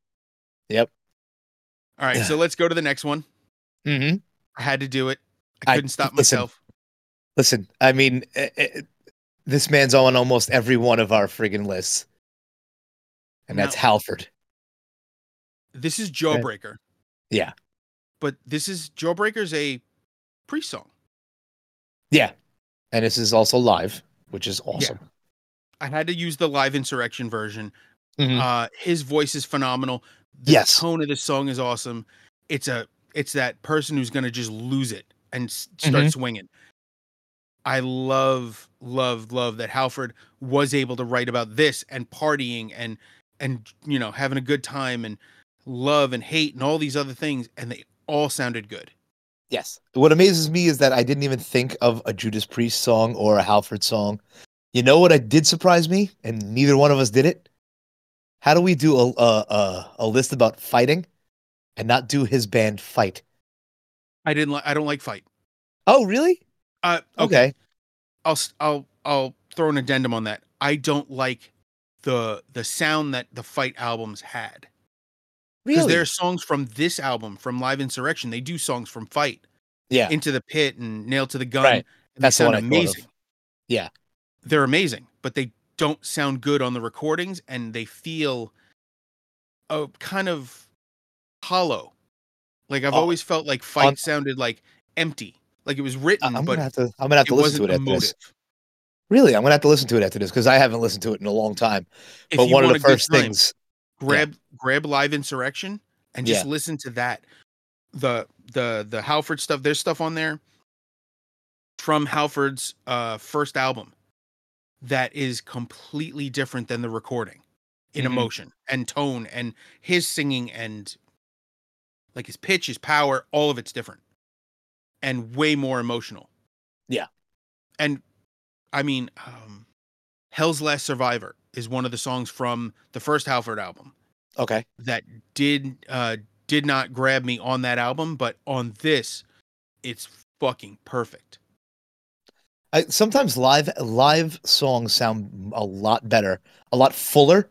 A: All right, so let's go to the next one.
B: Mm-hmm.
A: I had to do it. I
B: I-
A: couldn't stop
B: listen.
A: myself.
B: Listen, I mean, eh, eh, this man's on almost every one of our friggin' lists, and that's
A: No.
B: Halford.
A: This is Jawbreaker.
B: Yeah.
A: But this is Jawbreaker's a pre-song.
B: Yeah, and this is also live, which is awesome.
A: I had to use the live insurrection version.
B: Mhm.
A: Uh, his voice is phenomenal. The
B: Yes.
A: tone of the song is awesome. It's a it's that person who's going to just lose it and s- start
B: Mhm.
A: swinging. I love love love that Halford was able to write about this and partying and and you know having a good time and love and hate and all these other things and they all sounded good.
B: Yes. What amazes me is that I didn't even think of a Judas Priest song or a Halford song. You know what? I did surprise me, and neither one of us did it. How do we do a a, a, a list about fighting, and not do his band fight?
A: I didn't like I don't like fight.
B: Oh, really?
A: Uh okay.
B: Okay.
A: I'll s- I'll I'll throw an addendum on that. I don't like the the sound that the fight albums had because
B: Really?
A: there are songs from this album from Live Insurrection. They do songs from Fight,
B: Yeah.
A: Into the Pit, and Nail to the Gun.
B: Right.
A: and they
B: That's the
A: sound
B: one I thought of.
A: amazing.
B: Yeah.
A: they're amazing, but they don't sound good on the recordings, and they feel oh kind of hollow. Like I've
B: Oh,
A: always felt like Fight
B: on-
A: sounded like empty, like it was
B: I-
A: written,
B: I'm
A: but
B: gonna have to. I'm gonna have
A: it
B: to listen to
A: wasn't
B: it after
A: emotive.
B: this. Really, I'm gonna have to listen to it after this because I haven't listened to it in a long time.
A: If
B: but
A: you
B: one of
A: want
B: the
A: a good
B: first
A: time,
B: things,
A: grab grab live insurrection and just listen to that the the the halford stuff there's stuff on there from halford's uh first album that is completely different than the recording in
B: Mhm.
A: emotion and tone and his singing and like his pitch his power all of it's different and way more emotional
B: Yeah.
A: and I mean, um, Hell's Last Survivor is one of the songs from the first Halford album
B: Okay.
A: that did uh did not grab me on that album, but on this, it's fucking perfect.
B: I, sometimes live live songs sound a lot better, a lot fuller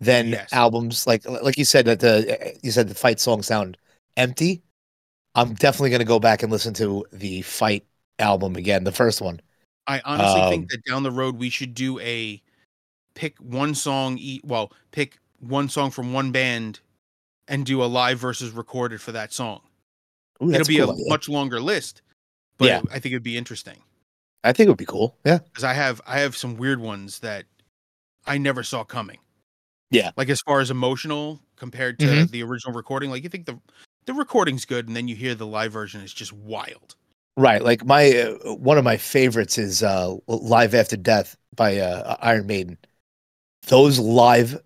B: than
A: Yes.
B: albums. Like like you said that the you said the fight songs sound empty. I'm definitely gonna go back and listen to the fight album again, the first one.
A: I honestly
B: Um,
A: think that down the road we should do a pick one song e well, pick one song from one band and do a live versus recorded for that song.
B: Ooh,
A: It'll
B: that's
A: be
B: cool
A: a
B: idea.
A: much longer list, but
B: Yeah.
A: I think it'd be interesting
B: I think it would be cool. Yeah.
A: because I have I have some weird ones that I never saw coming.
B: Yeah.
A: Like as far as emotional compared to
B: Mhm.
A: the original recording, like you think the the recording's good and then you hear the live version is just wild.
B: Right. Like my uh, one of my favorites is uh Live After Death by uh, Iron Maiden. Those live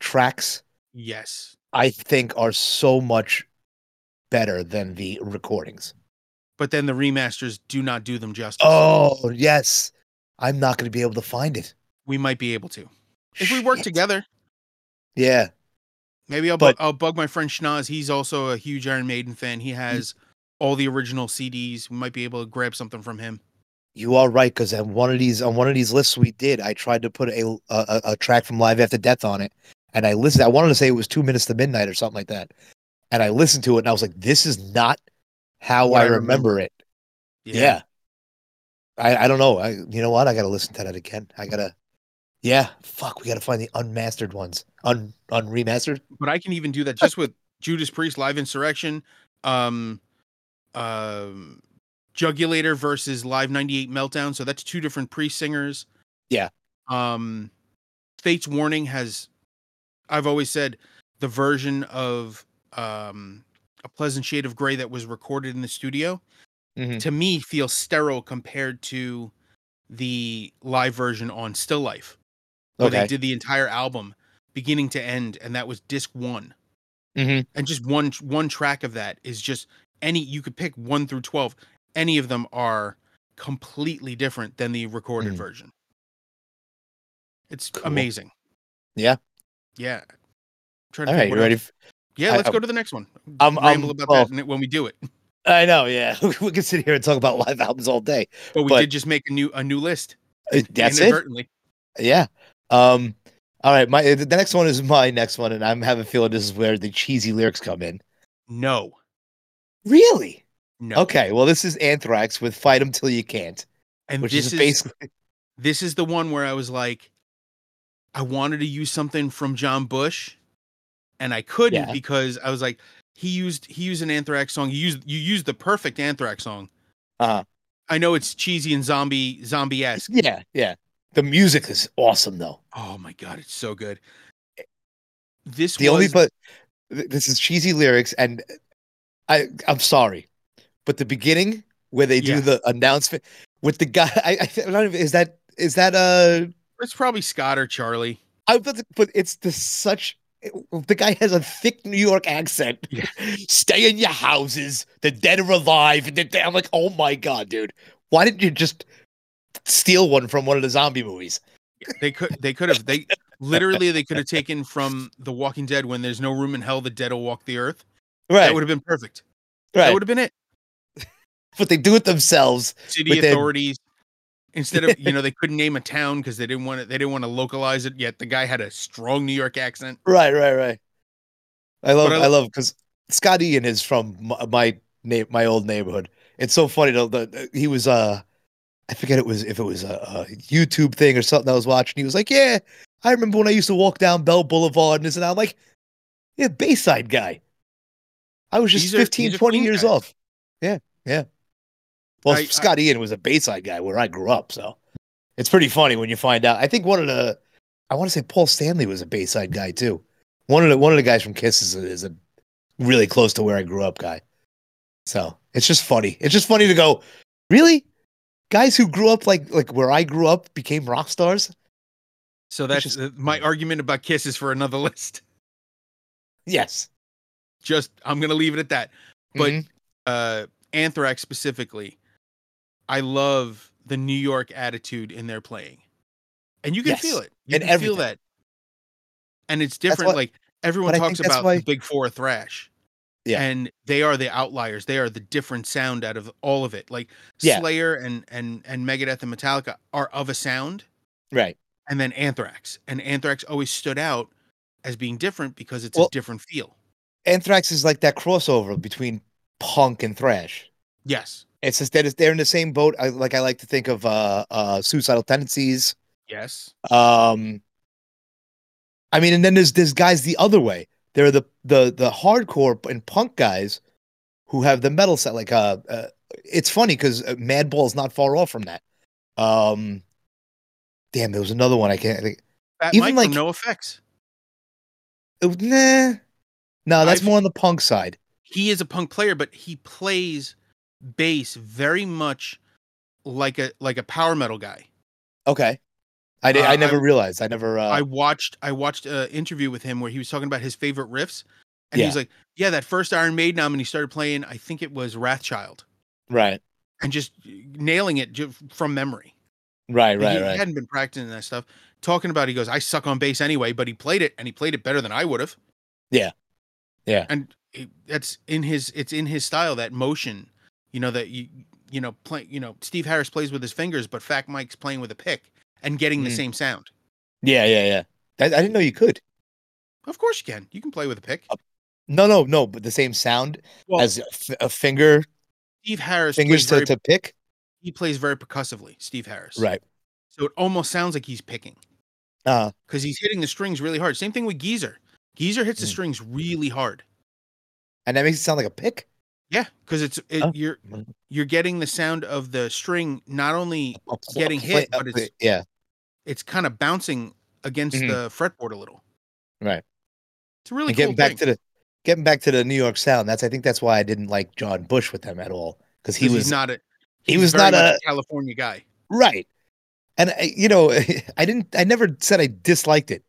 B: tracks
A: Yes.
B: I think are so much better than the recordings.
A: But then the remasters do not do them justice.
B: Oh, yes. I'm not going to be able to find it.
A: We might be able to. If we work
B: Shit.
A: together,
B: Yeah.
A: maybe I'll
B: But- Mm.
A: bu- I'll bug my friend Schnoz. He's also a huge Iron Maiden fan. He has all the original CDs. We might be able to grab something from him.
B: You are right cuz on one of these on one of these lists we did, I tried to put a a, a- a track from Live After Death on it and I listened. I wanted to say it was 2 minutes to midnight or something like that. And I listened to it and I was like this is not how
A: What
B: I
A: I remember.
B: remember it. Yeah. I, I don't know. I you know what? I gotta listen to that again. I gotta yeah, fuck, we gotta find the unmastered ones. Un unremastered.
A: but I can even do that just with Judas Priest Live Insurrection, um, um, Jugulator versus Live '98 Meltdown. So that's two different Priest singers.
B: Yeah.
A: Um, Fate's Warning has, I've always said, the version of um, a pleasant shade of gray that was recorded in the studio
B: Mhm.
A: to me feels sterile compared to the live version on Still Life, where
B: Okay.
A: they did the entire album beginning to end, and that was disc one
B: Mm-hmm.
A: and just one one track of that is just any you could pick 1 through 12 any of them are completely different than the recorded
B: Mhm.
A: version it's
B: Cool.
A: amazing
B: Yeah.
A: yeah I'm trying to
B: All
A: think
B: right,
A: what
B: you ready?
A: else- yeah
B: I-
A: let's
B: I-
A: go to the next one
B: I'm- I'm-
A: ramble about
B: well-
A: that that when we do it
B: I know, yeah. we can sit here and talk about live albums all day.
A: but we
B: But-
A: did just make a new a new list
B: Uh, That's it.
A: inadvertently
B: Yeah. Um. All right. My the next one is my next one, and I'm having a feeling this is where the cheesy lyrics come in.
A: no
B: Really?
A: no
B: Okay. Well, this is Anthrax with "Fight 'Em Till You Can't,"
A: and
B: which
A: this
B: is,
A: is
B: basically
A: this is the one where I was like, I wanted to use something from John Bush, and I couldn't
B: Yeah.
A: because I was like, he used he used an Anthrax song. You used you used the perfect Anthrax song.
B: uh,
A: I know it's cheesy and zombie zombie esque.
B: yeah, yeah. The music is awesome, though.
A: Oh my god, it's so good. This
B: The
A: was,
B: only but th- this is cheesy lyrics, and I I'm sorry, but the beginning where they do
A: Yeah.
B: the announcement with the guy, I, I th- not even, is that is that uh
A: it's probably Scott or Charlie.
B: I but, but it's the such the guy has a thick New York accent.
A: Yeah.
B: Stay in your houses. The dead are alive. And the dead, I'm like, oh my god, dude, why didn't you just steal one from one of the zombie movies?
A: They could they could have they literally they could have taken from The Walking Dead when there's no room in hell, the dead will walk the earth.
B: Right,
A: That would have been perfect. That
B: right.
A: would have been it.
B: But they do it themselves.
A: city
B: But then-
A: authorities instead of you know they couldn't name a town because they didn't want it they didn't want to localize it yet the guy had a strong new york accent
B: Right, right, right. I love,
A: I
B: I,
A: lo-
B: love because Scott Ian is from my my, na- my old neighborhood. It's so funny though. The, he was, uh, I forget it was if it was a, a YouTube thing or something I was watching. He was like, "Yeah, I remember when I used to walk down Bell Boulevard and this and that." I'm like, "Yeah, Bayside guy." I was just
A: These are-
B: 15,
A: these are
B: 20
A: Queens
B: years
A: guys.
B: off. Yeah, yeah. Well,
A: I- I-
B: Scott Ian was a Bayside guy where I grew up, so it's pretty funny when you find out. I think one of the I want to say Paul Stanley was a Bayside guy too. One of the one of the guys from Kiss is a, is a really close to where I grew up guy. So it's just funny. It's just funny to go, really? Guys who grew up like like where I grew up became rock stars?
A: so
B: Which
A: that's
B: is-
A: uh, my argument about kiss is for another list
B: Yes.
A: just i'm gonna leave it at that But-
B: Mhm.
A: uh anthrax specifically i love the New York attitude in their playing, and you can
B: Yes.
A: feel it. You
B: And
A: can feel
B: everything.
A: that, and it's different.
B: what-
A: like everyone
B: but I
A: talks
B: think that's
A: about
B: why-
A: the Big Four thrash,
B: Yeah.
A: and they are the outliers. They are the different sound out of all of it. Like
B: Yeah.
A: Slayer and and and Megadeth and Metallica are of a sound,
B: Right.
A: and then Anthrax, and Anthrax always stood out as being different because it's
B: Well-
A: a different feel.
B: Anthrax is like that crossover between punk and thrash.
A: Yes.
B: It's just that it's- they're in the same boat. I, like I like to think of uh, uh, suicidal tendencies.
A: Yes.
B: Um, I mean, and then there's there's guys the other way. There are the the the hardcore and punk guys who have the metal set. Like, uh, uh it's funny because Madball's not far off from that. Um, damn, there was another one I can't think.
A: Fat
B: Even
A: Mike from
B: like-
A: No Effects.
B: it was- Nah, no, that's
A: I've-
B: more on the punk side.
A: He is a punk player, but he plays bass very much like a like a power metal guy.
B: Okay, I did,
A: Uh,
B: I never
A: I-
B: realized. I never. Uh,
A: I watched I watched an interview with him where he was talking about his favorite riffs, and
B: Yeah.
A: he's like, "Yeah, that first Iron Maiden album, and he started playing. I think it was Wrathchild,
B: right,
A: and just nailing it ju- from memory.
B: right,
A: Like,
B: right,
A: he
B: right.
A: hadn't been practicing that stuff. Talking about, it, he goes, "I suck on bass anyway," but he played it, and he played it better than I would have.
B: Yeah. Yeah.
A: And it- that's in his. It's in his style that motion. You know that you you know play. You know Steve Harris plays with his fingers, but Fat Mike's playing with a pick and getting the
B: Mm.
A: same sound.
B: Yeah, yeah, yeah. That, I didn't know you could.
A: Of course you can. You can play with a pick.
B: No, no, no. But the same sound
A: Well,
B: as a, f- a finger
A: Steve Harris
B: fingers
A: plays very,
B: to, to pick.
A: he plays very percussively. Steve Harris.
B: Right.
A: So it almost sounds like he's picking
B: Uh,
A: because he's hitting the strings really hard. Same thing with Geezer. Geezer hits the
B: Mm.
A: strings really hard.
B: and that makes it sound like a pick.
A: Yeah, because it's it,
B: Oh.
A: you're
B: Mhm.
A: you're getting the sound of the string not only
B: A pl- a
A: Getting hit,
B: a
A: but it's-
B: yeah,
A: it's kind of bouncing against
B: Mhm.
A: the fretboard a little.
B: Right.
A: It's a really
B: and getting
A: cool
B: back
A: thing.
B: to the getting back to the New York sound. That's I think that's why I didn't like John Bush with them at all because
A: 'cause
B: he
A: he's
B: was
A: not a
B: he
A: he's
B: was
A: very
B: not
A: much
B: a-
A: California guy.
B: right. And I, you know, I didn't. I never said I disliked it.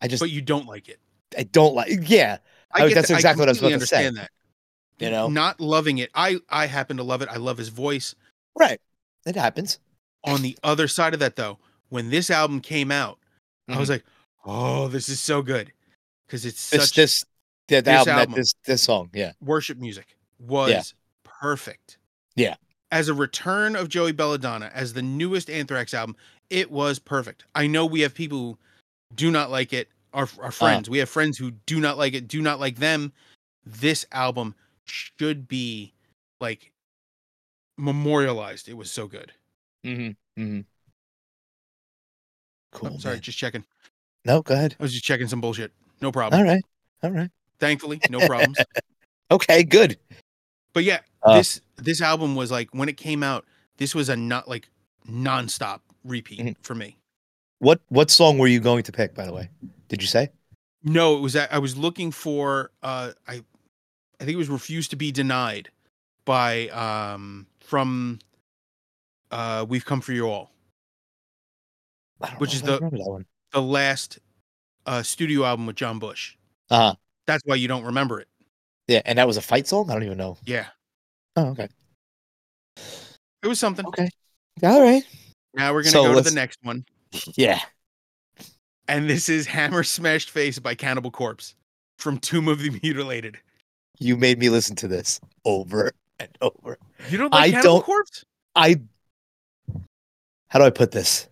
B: I just
A: But you don't like it.
B: I don't like. Yeah, I-
A: get
B: that's
A: that.
B: exactly what I was
A: completely
B: about to say,
A: understand That.
B: you know?
A: not loving it. I I happen to love it. I love his voice.
B: right. It happens.
A: On the other side of that, though, when this album came out, I was like, "Oh, this is so good," because it's
B: Mm-hmm. This
A: such
B: this that
A: this
B: album,
A: album.
B: That, this this song. Yeah,
A: worship music was perfect.
B: Yeah.
A: As a return of Joey Belladonna as the newest Anthrax album, it was perfect. I know we have people who do not like it, our,
B: Uh.
A: our friends. We have friends who do not like it, do not like them. This album should be like memorialized. It was so good.
B: mm-hmm. Mm-hmm. cool.
A: I'm sorry,
B: man.
A: just checking.
B: No, go ahead.
A: I was just checking some bullshit. No
B: All
A: problem.
B: right. All right.
A: Thankfully, no problems.
B: Okay. Good.
A: But yeah,
B: Uh,
A: this this album was like when it came out, this was a not like nonstop repeat
B: Mhm.
A: for me.
B: What what song were you going to pick? By the way, did you say?
A: No, it was that I was looking for uh I I think it was Refused to Be Denied by um from uh We've Come For You All,
B: I don't
A: Which
B: know
A: is
B: if I
A: the-
B: remember that one?
A: the last uh studio album with John Bush.
B: Uh huh.
A: That's why you don't remember it.
B: Yeah, and that was a fight song. I don't even know.
A: Yeah.
B: Oh, okay.
A: It was something.
B: Okay. All right.
A: Now we're gonna
B: So
A: go to
B: let's-
A: the next one.
B: Yeah.
A: And this is Hammer Smashed Face by Cannibal Corpse from Tomb of the Mutilated.
B: You made me listen to this over and over.
A: You don't like
B: I
A: Cannibal
B: don't-
A: Corpse?
B: I how do I put this?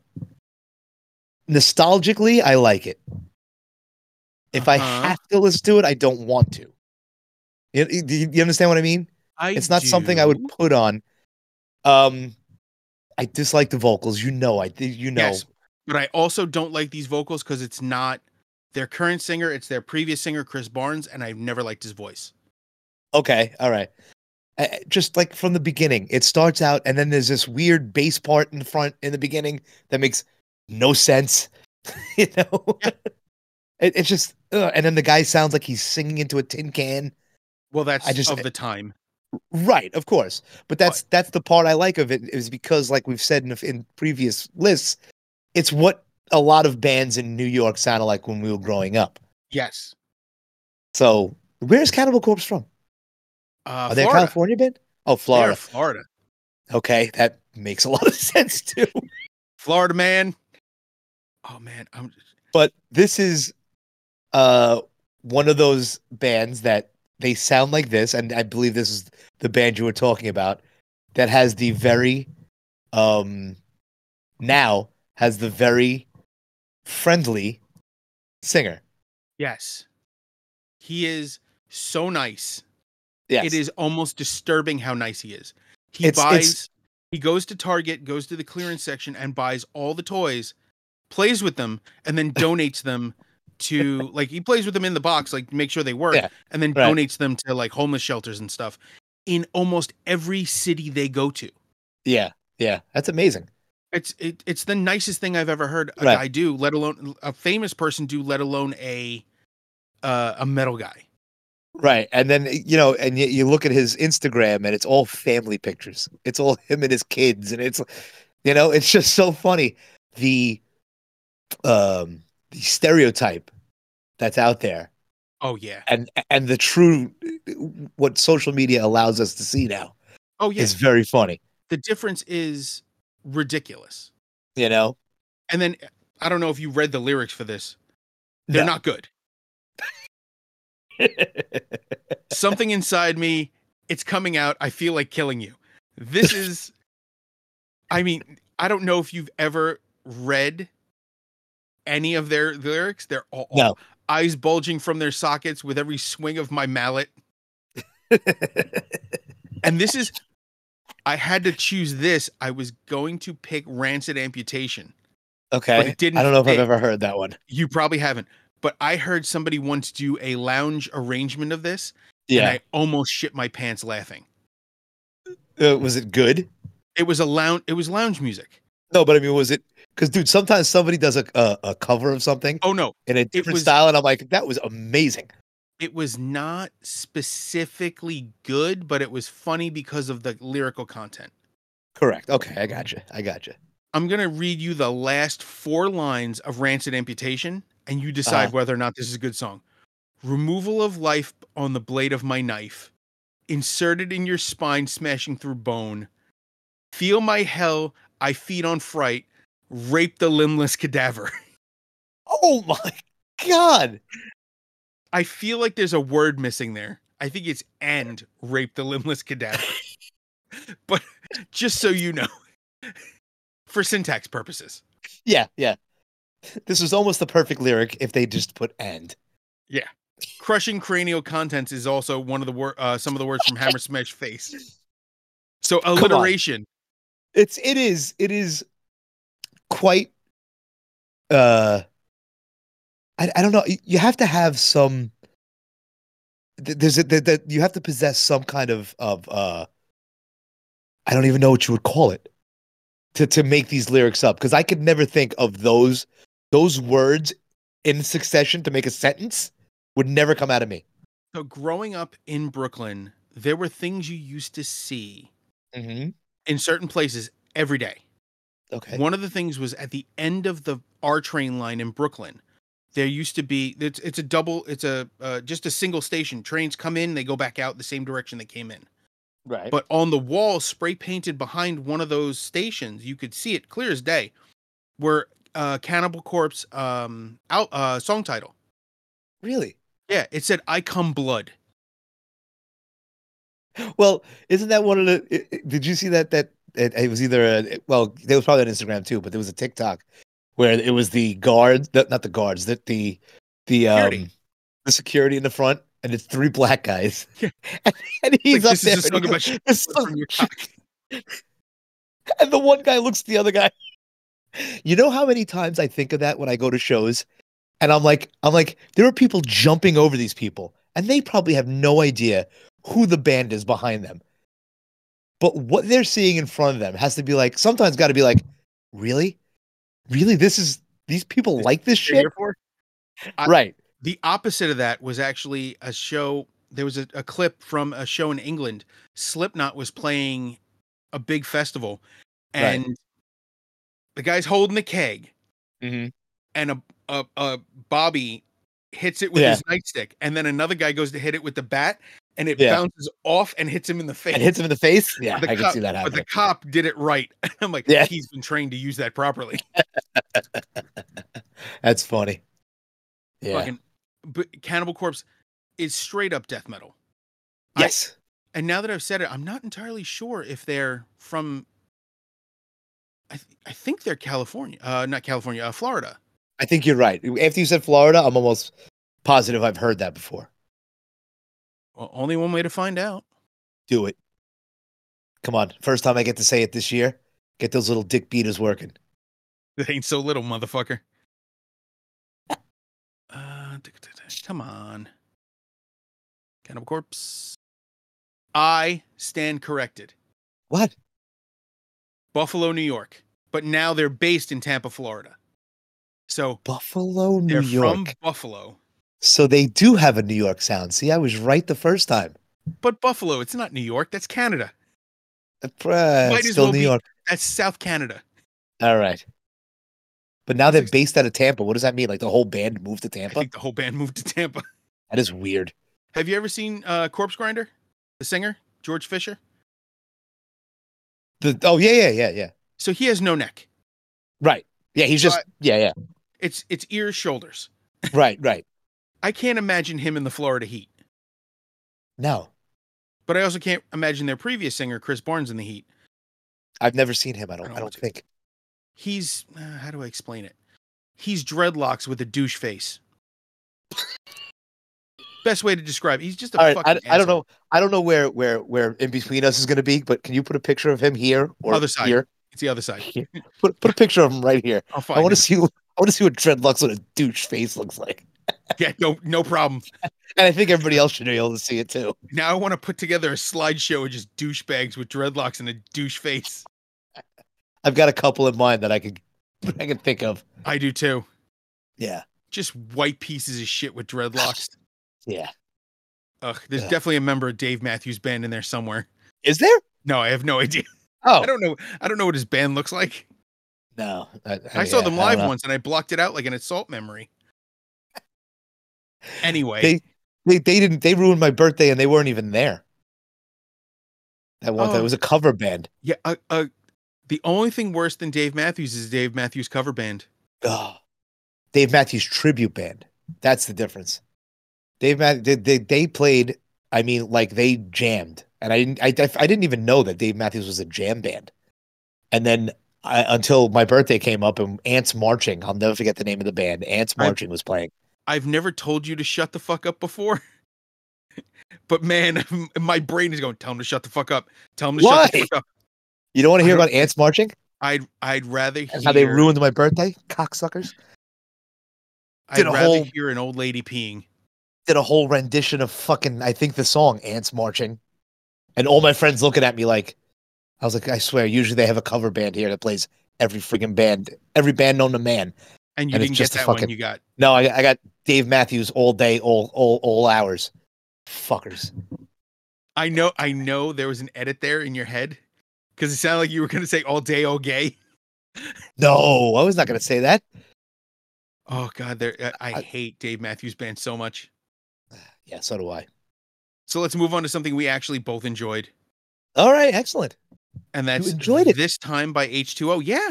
B: Nostalgically, I like it. If I
A: Uh-huh.
B: have to listen to it, I don't want to. You, you- do you- you understand what I mean?
A: I
B: It's not something I would
A: do.
B: put on. Um, I dislike the vocals. You know, I you know.
A: Yes. but I also don't like these vocals because it's not their current singer, it's their previous singer, Chris Barnes, and I've never liked his voice.
B: Okay, all right. I- I- just like from the beginning, it starts out, and then there's this weird bass part in the front in the beginning that makes no sense. you know,
A: Yeah.
B: it, it's just, ugh. and then the guy sounds like he's singing into a tin can.
A: Well, that's
B: just-
A: of the time.
B: Right, of course, but that's that's the part I like of it is because, like we've said in, in previous lists, it's what a lot of bands in New York sounded like when we were growing up.
A: Yes.
B: So, where's Cannibal Corpse from?
A: Uh,
B: Are they a
A: Florida.
B: California band? Oh,
A: They are
B: Florida.
A: Florida.
B: Okay, that makes a lot of sense too.
A: Florida man. Oh man, I'm
B: But this is uh one of those bands that they sound like this, and I believe this is the band you were talking about that has the very um now has the very friendly singer.
A: yes. He is so nice.
B: Yes.
A: It is almost disturbing how nice he is. He
B: It's-
A: buys
B: it's-
A: he goes to Target, goes to the clearance section and buys all the toys, plays with them and then donates them to like he plays with them in the box like make sure they work
B: Yeah,
A: and then
B: right.
A: donates them to like homeless shelters and stuff in almost every city they go to.
B: Yeah. Yeah. That's amazing.
A: It's it, it's the nicest thing I've ever heard a
B: Right.
A: guy do, let alone a famous person do, let alone a uh, a metal guy.
B: Right. And then, eh, you know, and you, you look at his Instagram and it's all family pictures. It's all him and his kids. And it's, you know, it's just so funny. The, um, the stereotype that's out there
A: Oh yeah.
B: and, and the true, eh, what social media allows us to see now
A: Oh yeah.
B: is very funny,
A: the difference is ridiculous.
B: you know?
A: And then I don't know if you read the lyrics for this. They're
B: No.
A: not good. Something inside me, it's coming out. I feel like killing you. This is I mean, I don't know if you've ever read any of their lyrics. They're all
B: No.
A: eyes bulging from their sockets with every swing of my mallet. And this is I had to choose this. I was going to pick Rancid Amputation.
B: okay.
A: didn't
B: I don't know if I've
A: fit.
B: ever heard that one.
A: You probably haven't, but I heard somebody once do a lounge arrangement of this, and
B: Yeah.
A: I almost shit my pants laughing.
B: Uh, was it good?
A: It was a lounge. It was lounge music.
B: No, but I mean, was it? Because, dude, sometimes somebody does a, a, a cover of something
A: Oh no,
B: in a different
A: was-
B: style, and I'm like, that was amazing.
A: it was not specifically good, but it was funny because of the lyrical content.
B: Correct. Okay, I got you. I got you.
A: I'm gonna read you the last four lines of Rancid Amputation, and you decide
B: Uh-huh.
A: whether or not this is a good song. Removal of life on the blade of my knife, inserted in your spine, smashing through bone. Feel my hell, I feed on fright. Rape the limbless cadaver.
B: Oh my god!
A: I feel like there's a word missing there. I think it's and rape the limbless cadaver. but just so you know, for syntax purposes.
B: Yeah, yeah. This is almost the perfect lyric if they just put "and."
A: crushing cranial contents is also one of the wor- uh, some of the words from Hammer Smash Face. So
B: on.
A: alliteration.
B: It's it is it is quite. Uh, I I don't know. Y- You have to have some. th- There's a that that you have to possess some kind of of uh. I don't even know what you would call it, to to make these lyrics up because I could never think of those those words in succession to make a sentence would never come out of me.
A: So growing up in Brooklyn, there were things you used to see
B: Mm-hmm.
A: in certain places every day.
B: Okay.
A: One of the things was at the end of the R train line in Brooklyn. There used to be it's, it's a double it's a uh, just a single station. Trains come in, they go back out the same direction they came in.
B: Right.
A: But on the wall, spray painted behind one of those stations, you could see it clear as day, were uh, Cannibal Corpse um, out uh, song title.
B: really?
A: Yeah, it said "I Come Blood."
B: Well, isn't that one of the? i- i- Did you see that? That it, it was either a well, there was probably on Instagram too, but there was a TikTok where it was the guards, the, not the guards, that the the um
A: Security.
B: the security in the front, and it's three black guys,
A: Yeah.
B: and he's
A: Like,
B: up
A: this
B: there,
A: is a
B: and,
A: song
B: he
A: about
B: goes,
A: shit
B: "This song-"
A: from your cock.
B: and the one guy looks at the other guy. You know how many times I think of that when I go to shows, and I'm like, I'm like, there are people jumping over these people, and they probably have no idea who the band is behind them. But what they're seeing in front of them has to be like, sometimes got to be like, really, really, this is these people
A: This
B: like this
A: You're
B: shit,
A: here for? I-
B: right?
A: The opposite of that was actually a show. There was a, a clip from a show in England. Slipknot was playing a big festival,
B: Right.
A: and the guy's holding the keg,
B: Mm-hmm.
A: and a, a, a Bobby hits it with
B: Yeah.
A: his nightstick, and then another guy goes to hit it with the bat, and it
B: Yeah.
A: bounces off and hits him in the face.
B: and hits him in the face. Yeah,
A: But the
B: I can
A: cop-
B: see that
A: But
B: happening.
A: the cop did it right. I'm like,
B: Yeah.
A: he's been trained to use that properly.
B: That's funny. Yeah.
A: Fucking, but Cannibal Corpse is straight up death metal. I-
B: yes.
A: and now that I've said it, I'm not entirely sure if they're from. I th- I think they're California, uh, not California, uh, Florida.
B: I, think you're right. After you said Florida, I'm almost positive I've heard that before.
A: Well, only one way to find out.
B: Do it. Come on. First time I get to say it this year. Get those little dick beaters working.
A: It ain't so little, motherfucker. Uh, tick, tick, tick. come on. Cannibal Corpse. I stand corrected.
B: What?
A: Buffalo, New York. But now they're based in Tampa, Florida. So
B: Buffalo, New
A: they're
B: York.
A: from Buffalo.
B: So they do have a New York sound. See, I was right the first time.
A: But Buffalo, it's not New York. That's Canada.
B: Uh, bruh,
A: Might
B: it's
A: as
B: still
A: well
B: New
A: be.
B: York.
A: That's South Canada.
B: All right. But now
A: That's
B: they're
A: ex-
B: based out of Tampa. What does that mean? Like the whole band moved to
A: I
B: Tampa?
A: think the whole band moved to Tampa.
B: That is weird.
A: Have you ever seen uh, Corpse Grinder? The singer, George Fisher?
B: The, oh yeah, yeah, yeah, yeah.
A: So he has no neck.
B: Right. Yeah, he's
A: So
B: just yeah, yeah.
A: It's it's ears, shoulders.
B: Right, right.
A: I can't imagine him in the Florida heat.
B: No,
A: But I also can't imagine their previous singer, Chris Barnes, in the heat.
B: I've never seen him. I don't. I
A: don't
B: don't,
A: want to.
B: think.
A: He's uh, how do I explain it? He's dreadlocks with a douche face. Best way to describe. He's just a
B: All right.
A: fucking.
B: I, I don't
A: asshole.
B: know. I don't know where where where in between us is going to be. But can you put a picture of him here or
A: Other side.
B: here?
A: It's the other side.
B: Here. Put put a picture of him right here.
A: I'll find
B: I want
A: him.
B: to see. what- I want to see what dreadlocks with a douche face looks like.
A: Yeah, no, no problem.
B: And I think everybody else should be able to see it too.
A: Now I want to put together a slideshow of just douchebags with dreadlocks and a douche face.
B: I've got a couple in mind that I could I can think of.
A: I do too.
B: Yeah.
A: Just white pieces of shit with dreadlocks.
B: Yeah.
A: Ugh, there's
B: Ugh.
A: definitely a member of Dave Matthews Band in there somewhere.
B: Is there?
A: No, I have no idea.
B: Oh
A: I don't know. I don't know what his band looks like.
B: no. I,
A: I saw
B: yeah,
A: them
B: I don't
A: live
B: know.
A: once and I blocked it out like an assault memory. Anyway,
B: They They they didn't they ruined my birthday and they weren't even there. That one time
A: Oh.
B: it was a cover band.
A: yeah, uh, uh, the only thing worse than Dave Matthews is Dave Matthews cover band.
B: Oh, Dave Matthews tribute band. That's the difference. Dave Matthews they, they they played. I mean, like they jammed, and I didn't. I, I- I didn't even know that Dave Matthews was a jam band. And then I, until my birthday came up, and Ants Marching. I'll never forget the name of the band. Ants
A: I-
B: Marching was playing.
A: I've never told you to shut the fuck up before. But man, my brain is going, tell him to shut the fuck up. Tell him to shut the
B: Why?
A: fuck up.
B: You don't want to
A: I
B: hear
A: don't-
B: about Ants Marching?
A: I'd I'd rather hear
B: And how they ruined my birthday, cocksuckers.
A: I'd
B: did a
A: rather
B: whole-
A: hear an old lady peeing.
B: did a whole rendition of fucking I think the song Ants Marching. And all my friends looking at me like I was like, I swear, usually they have a cover band here that plays every freaking band, every band known to man.
A: And you
B: And it's
A: didn't get
B: just a
A: that one
B: fucking-
A: you got.
B: No, I, I got Dave Matthews all day, all all all hours. Fuckers.
A: I know I know there was an edit there in your head. Because it sounded like you were gonna say all day all gay.
B: No, I was not gonna say that.
A: Oh god, there I, I
B: I-
A: hate Dave Matthews band so much.
B: Yeah, so do I.
A: So let's move on to something we actually both enjoyed.
B: All right, excellent.
A: And that's
B: enjoyed it.
A: this time by H2O. Yeah.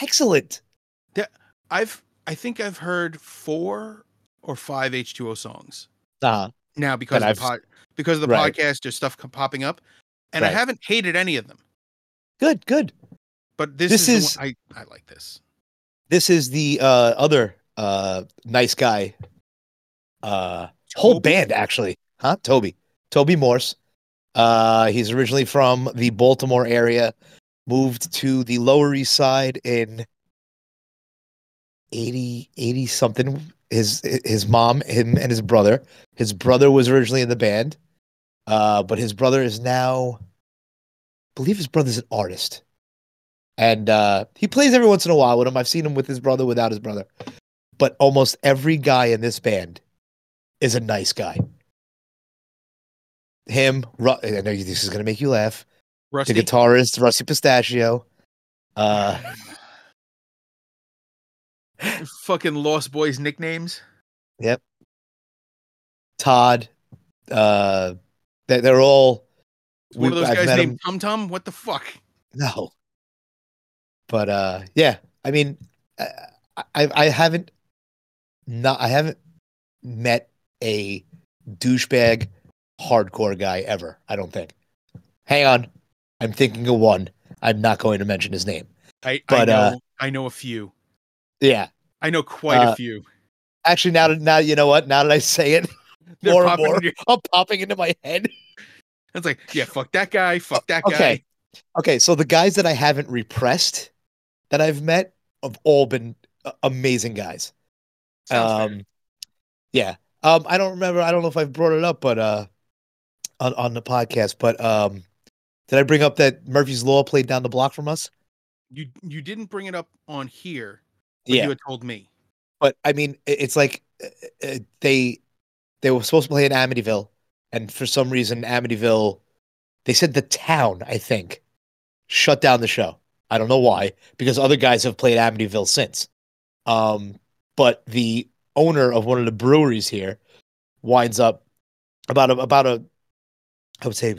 B: Excellent.
A: I've I think I've heard four or five H2O songs.
B: Uh,
A: now because of
B: I've
A: the
B: s-
A: pod, because of the
B: Right.
A: podcast there's stuff co- popping up and i
B: Right.
A: haven't hated any of them
B: good, good.
A: but this,
B: This
A: is, the one- I, I like this
B: This is the uh other uh nice guy uh whole
A: Toby-
B: band actually huh toby toby morse uh he's originally from the baltimore area moved to the lower east side in 80 80 something his his mom him and his brother his brother was originally in the band uh but his brother is now I believe his brother's an artist and uh he plays every once in a while with him i've seen him with his brother without his brother but almost every guy in this band is a nice guy. Him, Ru- I know you- this is going to make you laugh.
A: rusty
B: The guitarist, Rusty Pistachio. Uh,
A: fucking lost boys nicknames
B: Todd, uh, That they're all
A: Is one of
B: we-
A: those
B: I've
A: guys
B: met 'em-
A: named Tum Tum. What the fuck?
B: No. But uh yeah, I mean I I, I haven't not I haven't met a douchebag hardcore guy ever, I don't think. Hang on. I'm thinking of one. I'm not going to mention his name.
A: I, I
B: But,
A: know.
B: uh,
A: I know a few.
B: Yeah.
A: I know quite
B: uh,
A: a few.
B: Actually now that now you know what? Now that I say it,
A: They're
B: more and
A: popping in
B: more.
A: your-
B: I'm popping into my head.
A: it's like, yeah, fuck that guy. Fuck that
B: Okay.
A: guy.
B: Okay, so the guys that I haven't repressed that I've met have all been uh, amazing guys.
A: Sounds fair.
B: Um, yeah. Um, I don't remember. I don't know if I've brought it up, but uh, on on the podcast, but um, did I bring up that Murphy's Law played down the block from us?
A: you you didn't bring it up on here. But You had told me.
B: but I mean, i- it's like uh, uh, they they were supposed to play in Amityville, and for some reason, Amityville, they said the town, I think, shut down the show. I don't know why, because other guys have played Amityville since. Um, but the owner of one of the breweries here winds up about a, about a, I would say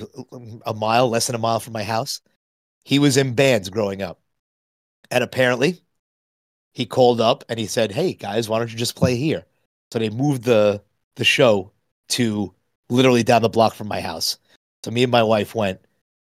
B: a mile, less than a mile from my house. He was in bands growing up, and apparently he called up and he said, "Hey guys, why don't you just play here?" So they moved the the show to literally down the block from my house. So me and my wife went.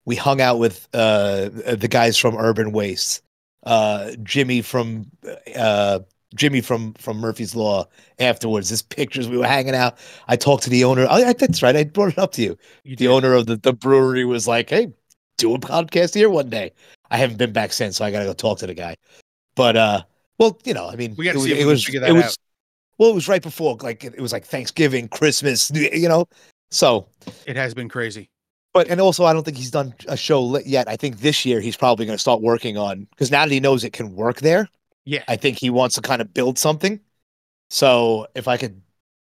B: We hung out with uh, the guys from Urban Waste, uh, Jimmy from uh, Jimmy from from Murphy's Law. Afterwards, there's pictures. We were hanging out. I talked to the owner. Oh, yeah, that's right. I brought it up to you
A: You
B: the
A: did.
B: owner of the, the brewery was like, "Hey, do a podcast here one day." I haven't been back since, so I gotta go talk to the guy. But uh, well, you know, I mean,
A: We gotta
B: it
A: see
B: was-
A: if we
B: it
A: can
B: was
A: figure that
B: it was
A: out.
B: well, it was right before like it was like Thanksgiving, Christmas, New- you know. So,
A: It has been crazy.
B: but and also, I don't think he's done a show li- yet. I think this year he's probably gonna start working on because now that he knows it can work there,
A: Yeah.
B: I think he wants to kind of build something. So, if I could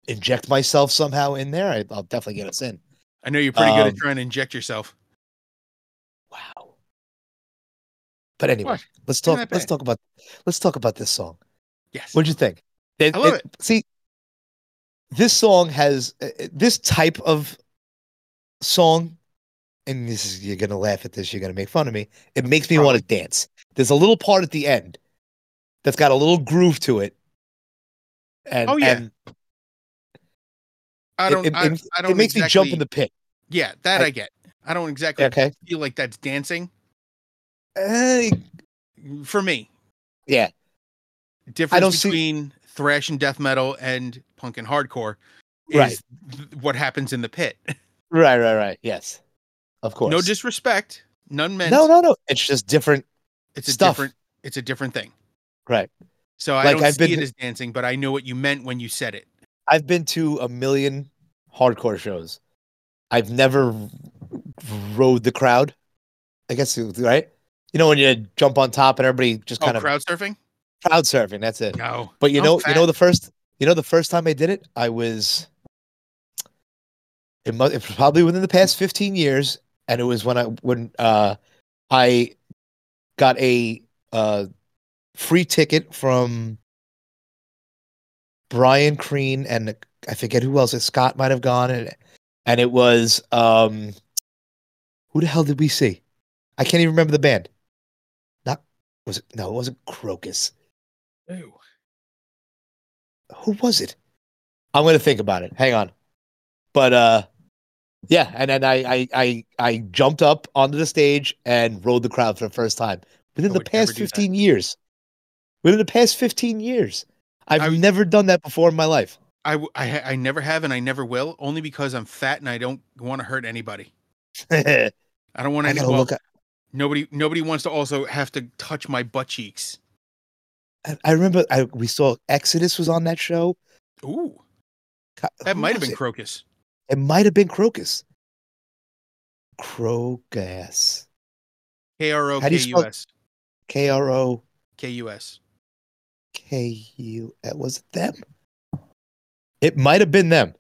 B: inject myself somehow in there, I, I'll definitely get us in.
A: I know you're pretty good
B: Um,
A: at trying to inject yourself.
B: Wow. But anyway,
A: What?
B: let's
A: Isn't
B: talk.
A: that
B: Let's
A: bad?
B: talk about. Let's talk about this song.
A: Yes.
B: What'd you think?
A: I love
B: See, this song has uh, uh, this type of song, and this is you're gonna laugh at this. You're gonna make fun of me. It makes me want to dance. There's a little part at the end that's got a little groove to it. And,
A: Oh, yeah.
B: and
A: I
B: it-
A: don't.
B: it-
A: I, I don't.
B: it makes me jump in
A: exactly-
B: the pit.
A: Yeah, that
B: I-
A: I, get. I don't exactly
B: Okay.
A: feel like that's dancing
B: Uh,
A: for me.
B: yeah.
A: Difference
B: don't see-
A: between thrash and death metal and punk and hardcore is
B: Right.
A: th- what happens in the pit.
B: Right. Right. Right. Yes. Of course.
A: no disrespect, none meant.
B: No. No. No. It's just different.
A: it's a
B: stuff.
A: different. It's a different thing.
B: Right.
A: So I
B: Like,
A: don't
B: I've
A: see
B: been-
A: it as dancing, but I know what you meant when you said it.
B: I've been to a million hardcore shows. I've never rode the crowd. I guess it was- right. You know when you jump on top and everybody just
A: Oh,
B: kind of
A: crowd surfing?
B: crowd surfing. That's it.
A: No.
B: But you
A: I'm
B: know, you
A: fat.
B: know the first, you know the first time I did it, I was. It must it was probably within the past fifteen years, and it was when I when uh, I got a uh, free ticket from Brian Crean and I forget who else. Scott might have gone, and and it was um, who the hell did we see? I can't even remember the band. Not was it? No, it wasn't Crocus
A: Ew.
B: who was it? I'm gonna think about it. Hang on. But uh yeah, and then I I I, I jumped up onto the stage and rode the crowd for the first time within
A: I
B: the
A: would never
B: past
A: do that.
B: 15 years. Within the past 15 years, I've
A: I was-
B: never done that before in my life.
A: I, w- I, ha- I never have and I never will, only because I'm fat and I don't want to hurt anybody.
B: I
A: I don't want
B: gotta
A: any. Well,
B: look. Up.
A: nobody nobody wants to also have to touch my butt cheeks.
B: I, I remember I, we saw Exodus was on that show.
A: Ooh,
B: Co-
A: that
B: who
A: might have
B: was
A: been
B: It,
A: crocus.
B: it might have been Crocus. Crocus.
A: K R O
B: How do
A: K
B: you spell-
A: U S
B: K R O
A: K U S.
B: K U. That was it them. It might have been them.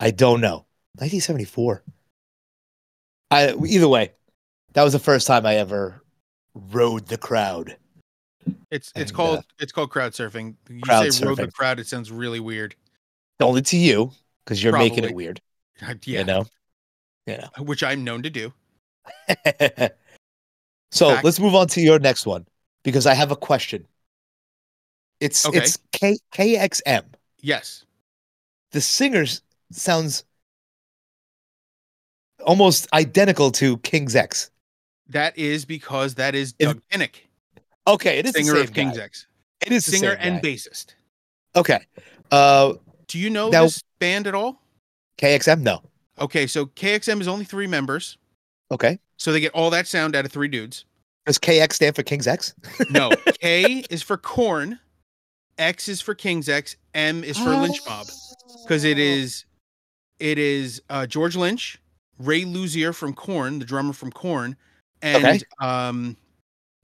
B: I don't know. 1974. I either way, that was the first time I ever rode the crowd.
A: It's it's
B: And, uh,
A: called it's called crowd surfing. You
B: crowd
A: say road the
B: surfing.
A: crowd, it sounds really weird.
B: Only to you because you're making it
A: Probably.
B: weird.
A: yeah,
B: You know. You know.
A: which I'm known to do.
B: so
A: Back-
B: let's move on to your next one because I have a question. It's
A: Okay.
B: it's K KXM.
A: Yes.
B: The singer s- sounds almost identical to King's X.
A: That is because that is
B: Is-
A: Doug Pinnick,
B: Okay, it is
A: singer
B: the same
A: of King's
B: guy.
A: X,
B: It is the
A: singer
B: same
A: and
B: guy.
A: bassist.
B: okay. Uh,
A: Do you know
B: Now-
A: this band at all?
B: KXM, no.
A: Okay, so KXM is only three members,
B: Okay,
A: so they get all that sound out of three dudes.
B: does KX stand for King's X?
A: No, K is for Corn, X is for King's X, M is for Lynch Mob because it is, it is uh, George Lynch, Ray Luzier from Corn, the drummer from Corn, and
B: Okay.
A: um,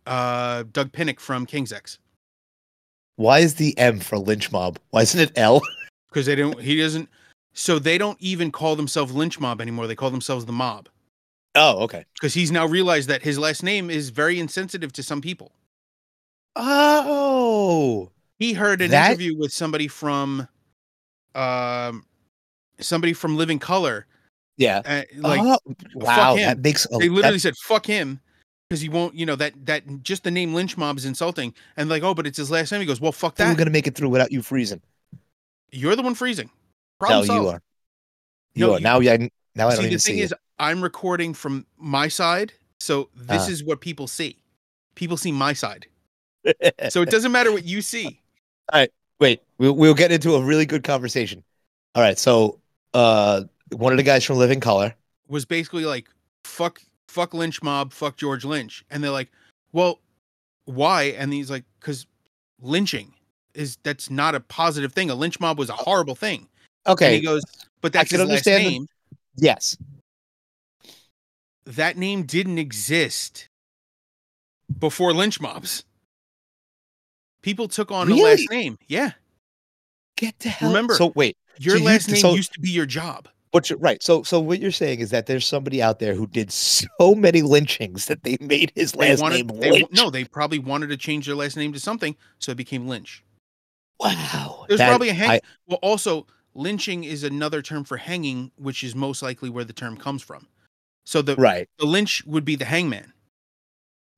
A: uh, Doug Pinnick from King's X
B: Why is the M for Lynch Mob? Why isn't it L?
A: because they don't. He doesn't. So they don't even call themselves Lynch Mob anymore. They call themselves the Mob
B: Oh, okay.
A: because he's now realized that his last name is very insensitive to some people.
B: Oh,
A: he heard an
B: That-
A: interview with somebody from um somebody from living color
B: yeah.
A: uh, like
B: Oh, wow,
A: him.
B: that makes a
A: they
B: that-
A: literally said fuck him because he won't you know that that just the name lynch mob is insulting and like oh but it's his last name he goes well fuck
B: we
A: that
B: we're gonna make it through without you freezing.
A: you're the one freezing
B: No,
A: problem
B: you
A: solved.
B: are. You
A: No,
B: are
A: you-
B: now. Yeah, now I don't
A: see the
B: even
A: thing
B: see
A: is i'm recording from my side so this
B: Ah.
A: is what people see people see my side
B: it.
A: so it doesn't matter what you see
B: Wait, we'll, we'll get into a really good conversation. All right, so uh, one of the guys from Living Color.
A: was basically like fuck fuck lynch mob fuck george lynch and they're like well why and he's like because lynching is that's not a positive thing a lynch mob
B: Oh.
A: was a horrible thing and
B: Okay,
A: he goes but that's
B: can
A: his last
B: understand the-
A: name
B: yes,
A: that name didn't exist before lynch mobs people took on a
B: Really?
A: last name yeah
B: get the hell.
A: Remember-
B: so wait,
A: your
B: you-
A: last name
B: so-
A: used to be your job
B: what you're right. So, so what you're saying is that there's somebody out there who did so many lynchings that they made his
A: they
B: last
A: wanted
B: name
A: they-
B: Lynch.
A: no they probably wanted to change their last name to something so it became lynch
B: wow,
A: There's
B: that-
A: probably a hang.
B: I-
A: well, also lynching is another term for hanging, which is most likely where the term comes from. So the,
B: right.
A: the lynch would be the hangman.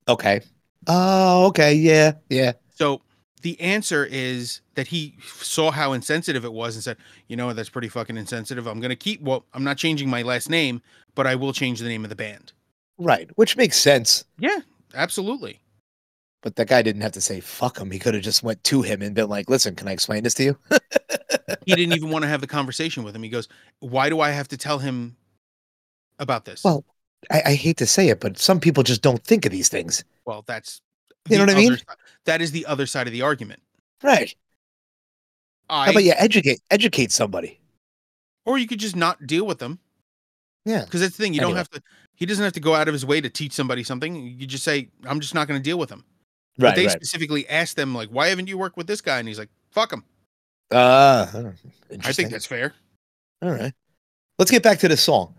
B: Okay. Oh, okay. Yeah, yeah.
A: So the answer is that he saw how insensitive it was and said, you know, what, that's pretty fucking insensitive. I'm gonna keep. Well, I'm not changing my last name, but I will change the name of the band.
B: Right, which makes sense.
A: Yeah, absolutely.
B: But that guy didn't have to say fuck him. He could have just went to him and been like, "Listen, can I explain this to you?"
A: He didn't even want to have the conversation with him. He goes, why do I have to tell him about this?
B: Well, I, I hate to say it, but some people just don't think of these things.
A: Well, that's
B: You know
A: the
B: what I mean?
A: other si- That is the other side of the argument.
B: Right.
A: I,
B: How about you educate educate somebody?
A: or you could just not deal with them.
B: Yeah.
A: Because that's the thing. You don't
B: Anyway.
A: have to. He doesn't have to go out of his way to teach somebody something. You just say, "I'm just not going to deal with him." but
B: Right.
A: they
B: right.
A: specifically asked them, like, "Why haven't you worked with this guy?" And he's like, "Fuck him."
B: Uh, huh,
A: I
B: interesting.
A: think that's fair.
B: all right. Let's get back to the song.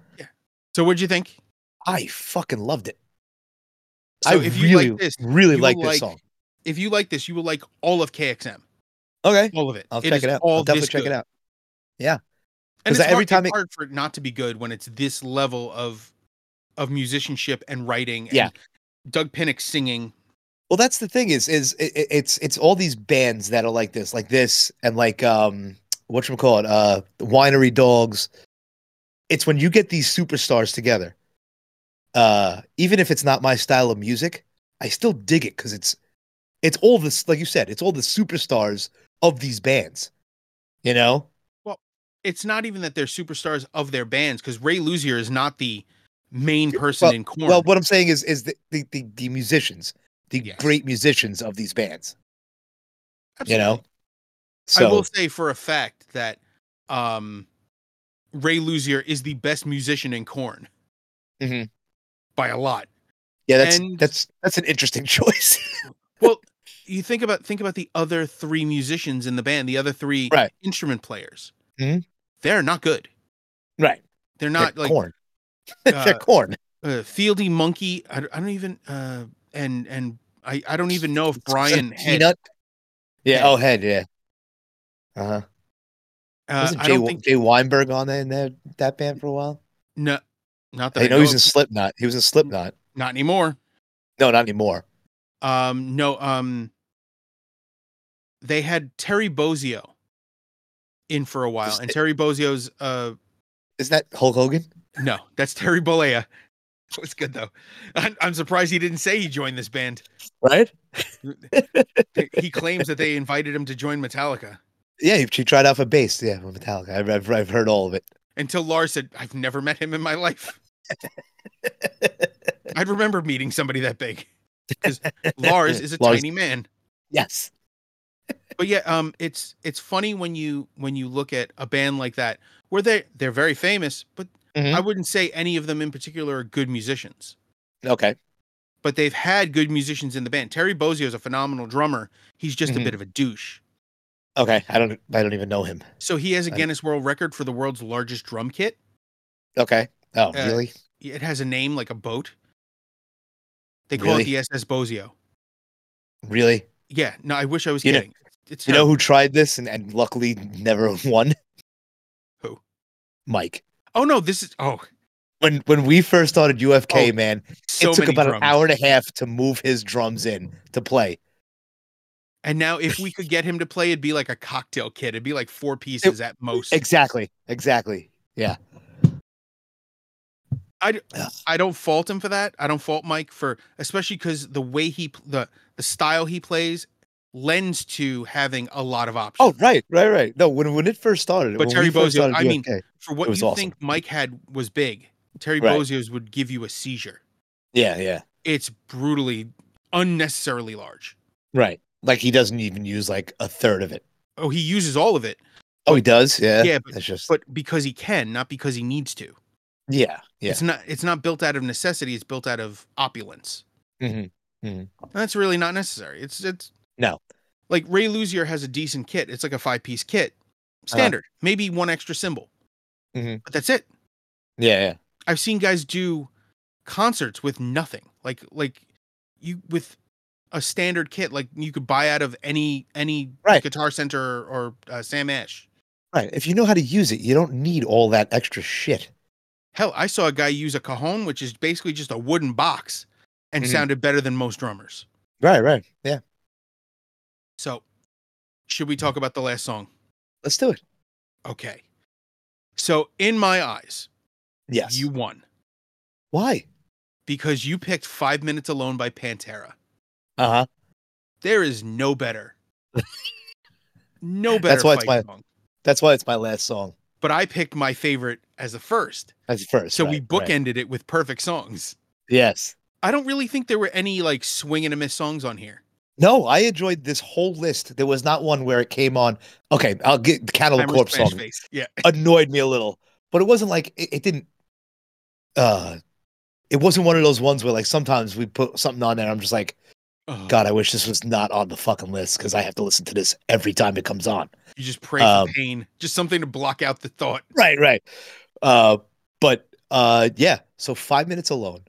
A: So, what'd you think?
B: I fucking loved it.
A: So
B: I
A: if you
B: really,
A: like this,
B: really
A: you will
B: like this
A: like-
B: song.
A: if you like this, you will like all of KXM,
B: Okay,
A: all of it.
B: I'll
A: is
B: check it out.
A: All
B: I'll definitely
A: this
B: check
A: good.
B: it out.
A: And
B: 'Cause
A: it's
B: every
A: hard,
B: time
A: it's
B: it-
A: hard for it not to be good when it's this level of of musicianship and writing. And
B: Yeah.
A: Doug Pinnick singing.
B: Well, that's the thing is is it, it- it's it's all these bands that are like this, like this, and like um what you call it, uh, Winery Dogs. It's when you get these superstars together. Uh, even if it's not my style of music, I still dig it because it's it's all this, like you said, it's all the superstars of these bands. You know,
A: It's not even that they're superstars of their bands because Ray Luzier is not the main person in Corn.
B: well, what I'm saying is is the the the, the musicians, the
A: Yes.
B: great musicians of these bands.
A: Absolutely.
B: You know, so
A: I will say for a fact that um, Ray Luzier is the best musician in Corn
B: Mhm.
A: by a lot.
B: yeah, that's
A: and-
B: that's that's an interesting choice.
A: Well, you think about think about the other three musicians in the band, the other three
B: Right.
A: instrument players.
B: Mhm.
A: They're not good.
B: right.
A: They're not
B: They're
A: like
B: corn.
A: uh,
B: They're corn.
A: uh, Fieldy Monkey. I, don't- I don't even uh, and and I, I don't even know if Brian Head.
B: Peanut. Yeah.
A: Head.
B: Oh, head. Yeah. Uh huh.
A: Uh,
B: Wasn't
A: I
B: Jay,
A: don't
B: Wa-
A: think
B: Jay Weinberg on there in that that band for a while?
A: no. Not that
B: I know he's
A: of.
B: in Slipknot. He was in Slipknot.
A: not anymore.
B: No, not anymore.
A: Um, no, um, they had Terry Bozzio in for a while,
B: Just-
A: and Terry Bozzio's uh,
B: Isn't that Hulk Hogan?
A: no, that's Terry Bollea. That was good though. I'm, I'm surprised he didn't say he joined this band.
B: Right?
A: He claims that they invited him to join Metallica
B: Yeah, he, she tried out for bass. Yeah, with Metallica. I've, I've, I've heard all of it.
A: until Lars said, "I've never met him in my life." I'd remember meeting somebody that big. 'Cause Lars is a
B: Lars-
A: tiny man.
B: Yes.
A: but yeah um it's it's funny when you when you look at a band like that where they they're very famous but
B: Mhm.
A: i wouldn't say any of them in particular are good musicians
B: Okay.
A: but they've had good musicians in the band terry bozzio is a phenomenal drummer he's just a
B: Mhm.
A: bit of a douche
B: Okay. I don't. I don't even know him.
A: so he has a
B: Right.
A: guinness world record for the world's largest drum kit
B: Okay. Oh,
A: Uh,
B: really?
A: it has a name like a boat they call
B: Really?
A: it the ss bozzio
B: Really?
A: yeah no i wish i was
B: You know-
A: kidding it's
B: You know who tried this and, and luckily never won?
A: Who?
B: Mike.
A: oh no this is oh
B: When when we first started
A: Oh,
B: UFK, man,
A: so
B: it took
A: many
B: about
A: drums.
B: an hour and a half to move his drums in to play.
A: And now, if we could get him to play, it'd be like a cocktail kit. It'd be like four pieces at most.
B: Exactly. Exactly.
A: I don't fault him for that. I don't fault Mike for, especially because the way he p- the the style he plays lends to having a lot of options.
B: Oh, right, right, right. No, when when it first started,
A: But
B: when
A: Terry
B: we first
A: Bozzio,
B: started
A: I mean-
B: UFK
A: for
B: it
A: what
B: was
A: you
B: awesome.
A: think Mike had was big, Terry
B: Right.
A: Bozzio's would give you a seizure.
B: yeah, yeah,
A: It's brutally unnecessarily large.
B: right. Like he doesn't even use like a third of it.
A: Oh, he uses all of it,
B: Oh, he does. Yeah,
A: Yeah, but-
B: That's just
A: but because he can, not because he needs to.
B: yeah, yeah.
A: It's not it's not built out of necessity. It's built out of opulence.
B: hmm
A: That's really not necessary. It's it's
B: No.
A: Like Ray Luzier has a decent kit. It's like a five piece kit,
B: Uh-huh.
A: standard. Maybe one extra symbol,
B: Mhm.
A: but that's it.
B: Yeah, yeah.
A: I've seen guys do concerts with nothing. Like like you with a standard kit, like you could buy out of any any
B: Right.
A: guitar center or, uh, Sam Ash.
B: Right. If you know how to use it, you don't need all that extra shit.
A: Hell, I saw a guy use a cajon, which is basically just a wooden box, and
B: Mhm.
A: sounded better than most drummers.
B: Right, right. Yeah.
A: So, should we
B: Mm-hmm.
A: talk about the last song?
B: Let's do it.
A: Okay. So, in my eyes,
B: Yes.
A: you won
B: Why?
A: because you picked Five Minutes Alone by Pantera.
B: Uh huh.
A: There is no better, no better
B: That's why it's
A: fight
B: my-
A: song.
B: That's why it's my last song.
A: But I picked my favorite as the first,
B: That's first.
A: so we
B: right, right.
A: bookended it with perfect songs.
B: Yes.
A: I don't really think there were any like swing and a miss songs on here.
B: No, I enjoyed this whole list. There was not one where it came on. Okay, I'll get the Cattle
A: Hammer
B: Corpse
A: Smash
B: song.
A: Face. Yeah,
B: annoyed me a little, but it wasn't like it, it didn't. Uh, it wasn't one of those ones where like sometimes we put something on there. I'm just like,
A: Ugh.
B: God, I wish this was not on the fucking list because I have to listen to this every time it comes on.
A: you just pray
B: Um,
A: for pain, just something to block out the thought.
B: Right, right. Uh, but uh, yeah. So five minutes alone.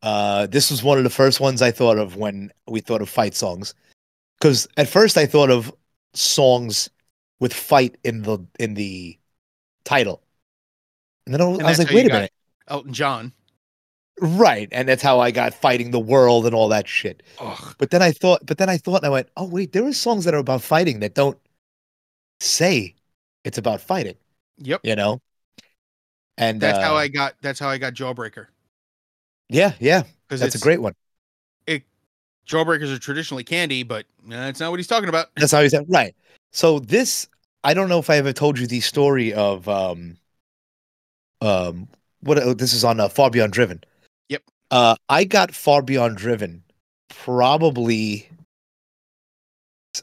B: Uh, this was one of the first ones I thought of when we thought of fight songs, because at first I thought of songs with fight in the in the title, and then I was,
A: And
B: I was
A: that's how
B: like,
A: you
B: wait a
A: got
B: minute.
A: Elton John.
B: Right. And that's how I got fighting the world and all that shit.
A: Ugh.
B: But then I thought, but then I thought, and I went, oh, wait, there are songs that are about fighting that don't say it's about fighting,
A: Yep.
B: you know? And
A: That's how
B: uh,
A: I got. That's how I got Jawbreaker.
B: yeah, yeah,
A: Because
B: that's a great one.
A: Jawbreakers are traditionally candy, but uh, that's not what he's talking about.
B: That's how he said, right. So this, I don't know if I ever told you the story of, um, um, what oh, this is on uh, Far Beyond Driven.
A: Yep.
B: Uh, I got Far Beyond Driven probably,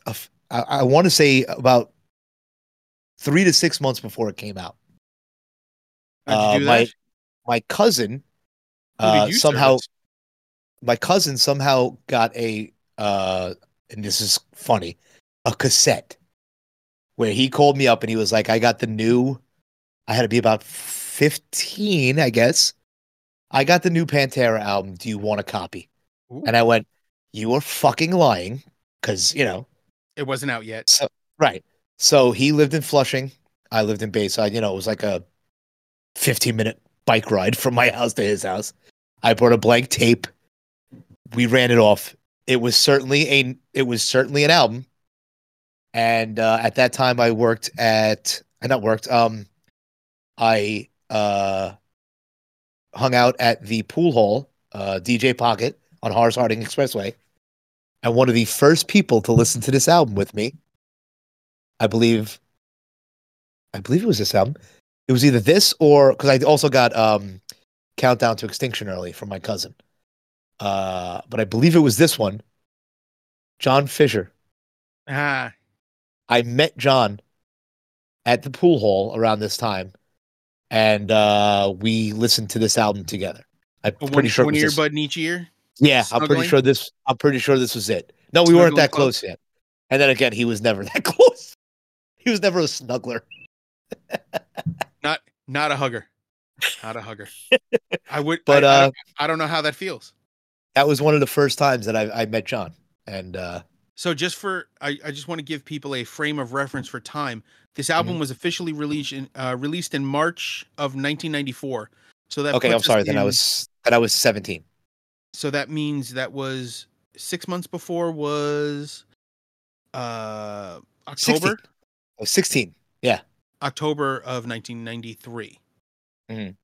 B: a f- I, want to say about three to six months before it came out.
A: How'd you do
B: Uh, my-
A: that?
B: My cousin,
A: Who did
B: uh,
A: you
B: somehow
A: service?
B: my cousin somehow got a uh and this is funny a cassette where he called me up and he was like i got the new i had to be about 15 i guess i got the new pantera album do you want a copy
A: Ooh.
B: and i went you are fucking lying because you know
A: it wasn't out yet.
B: right so he lived in flushing i lived in bayside you know it was like a 15 minute bike ride from my house to his house. I brought a blank tape. We ran it off. It was certainly a it was certainly an album. And uh, at that time, I worked at I not worked. Um, I uh, hung out at the pool hall, uh, DJ Pocket on Horace Harding Expressway, and one of the first people to listen to this album with me. I believe, I believe it was this album. It was either this or because I also got um, Countdown to Extinction early from my cousin, uh, but I believe it was this one. John Fisher.
A: Ah,
B: I met John at the pool hall around this time, and uh, we listened to this album together. I'm
A: a
B: pretty
A: one,
B: sure. it
A: one
B: was this-
A: earbud in each ear.
B: yeah, I'm pretty
A: snuggling?
B: sure this. I'm pretty sure this was it. No, we
A: Snuggling
B: weren't that
A: club?
B: close yet. And then again, he was never that close. He was never a snuggler.
A: Not not a hugger. Not a hugger. I would,
B: But
A: I- I,
B: uh,
A: don't- I don't know how that feels.
B: that was one of the first times that I, I met John, and uh,
A: So just for I, I just want to give people a frame of reference for time. This album
B: Mm-hmm.
A: was officially released in uh, released in March of 1994. So that
B: okay,
A: puts
B: I'm
A: us
B: sorry. Then I
A: in-
B: was then I was 17.
A: so that means that was six months before was uh October
B: 16. I was 16.
A: October of 1993.
B: Mhm.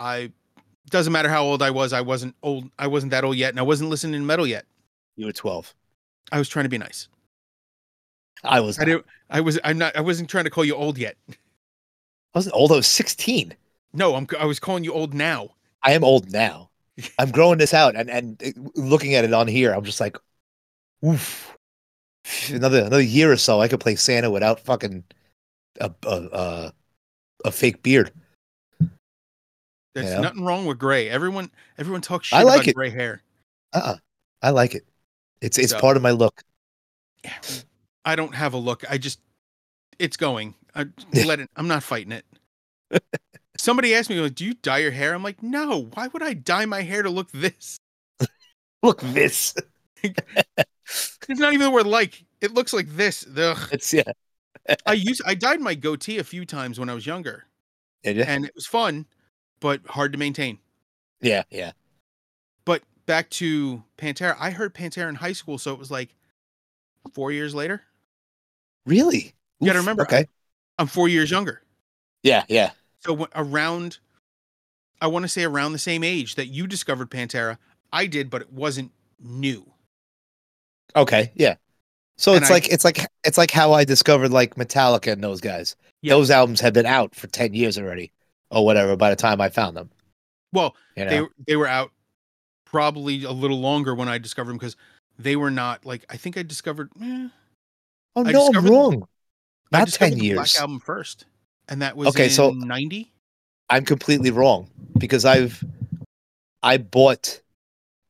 A: I doesn't matter how old I was. I wasn't old. I wasn't that old yet, and I wasn't listening to metal yet.
B: You were 12.
A: I was trying to be nice.
B: I was.
A: I
B: not.
A: didn't. I was. I'm not. I wasn't trying to call you old yet.
B: I wasn't old. I was 16.
A: No, I'm. I was calling you old now.
B: I am old now. I'm growing this out and and uh, looking at it on here, I'm just like, oof. Another another year or so, I could play Santa without fucking a a a, a fake beard.
A: There's
B: Yeah.
A: nothing wrong with gray. Everyone. Everyone talks shit
B: I like
A: about
B: it.
A: gray hair.
B: Uh-uh. I like it. It's it's
A: So-
B: part of my look.
A: I don't have a look. I just. It's going. I let it. I'm not fighting it. Somebody asked me, like, "Do you dye your hair?" I'm like, "No. Why would I dye my hair to look this?"
B: Look this.
A: It's not even the word like. It looks like this. Ugh.
B: It's yeah.
A: I used I dyed my goatee a few times when I was younger,
B: Yeah, Yeah.
A: and it was fun, but hard to maintain.
B: Yeah. yeah.
A: But back to Pantera, I heard Pantera in high school, so it was like four years later.
B: Really?
A: You gotta
B: Oof,
A: remember,
B: Okay.
A: I'm four
B: Mm-hmm.
A: years younger,
B: Yeah, yeah.
A: so wh- around, I want to say around the same age that you discovered Pantera, I did, but it wasn't new.
B: Okay. Yeah. So
A: And
B: it's
A: I-
B: like it's like it's like how I discovered like Metallica and those guys.
A: Yeah.
B: Those albums had been out for 10 years already or whatever by the time I found them.
A: Well,
B: You know?
A: they they were out probably a little longer when I discovered them because they were not like I think I discovered. eh,
B: Oh
A: I
B: no, I'm
A: discovered them-
B: wrong.
A: I
B: Not
A: discovered
B: ten
A: the Black
B: years.
A: album first, and that was
B: Okay,
A: In
B: so-
A: ninety.
B: I'm completely wrong because I've I bought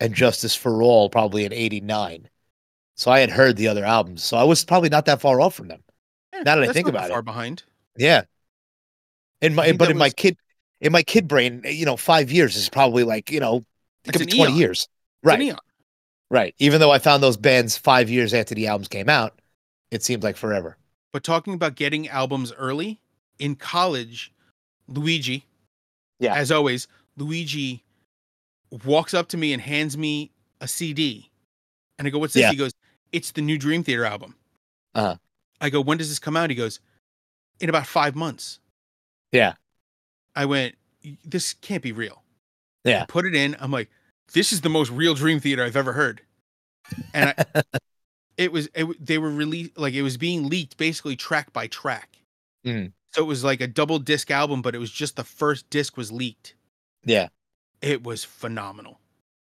B: and Justice for All probably in '89, so I had heard the other albums, so I was probably not that far off from them. now that I
A: that's
B: think
A: not that
B: about it.
A: far behind.
B: Yeah, in
A: I
B: my
A: think
B: but
A: that
B: in my
A: was-
B: kid in my kid brain, you know, five years is probably like you know it
A: It's
B: could
A: an
B: be twenty
A: eon.
B: years,
A: It's an
B: right?
A: eon.
B: Right. Even though I found those bands five years after the albums came out, it seemed like forever.
A: But talking about getting albums early in college, Luigi,
B: Yeah.
A: as always, Luigi walks up to me and hands me a CD, and I go, "What's this?"
B: Yeah.
A: He goes, "It's the new Dream Theater album."
B: Uh-huh.
A: I go, "When does this come out?" He goes, "In about five months."
B: Yeah.
A: I went, "Y- "This can't be real."
B: Yeah.
A: I put it in. I'm like, "This is the most real Dream Theater I've ever heard," and I, it was it, w- they were released like it was being leaked basically track by track.
B: Mhm.
A: So it was like a double disc album, but it was just the first disc was leaked.
B: Yeah.
A: It was phenomenal.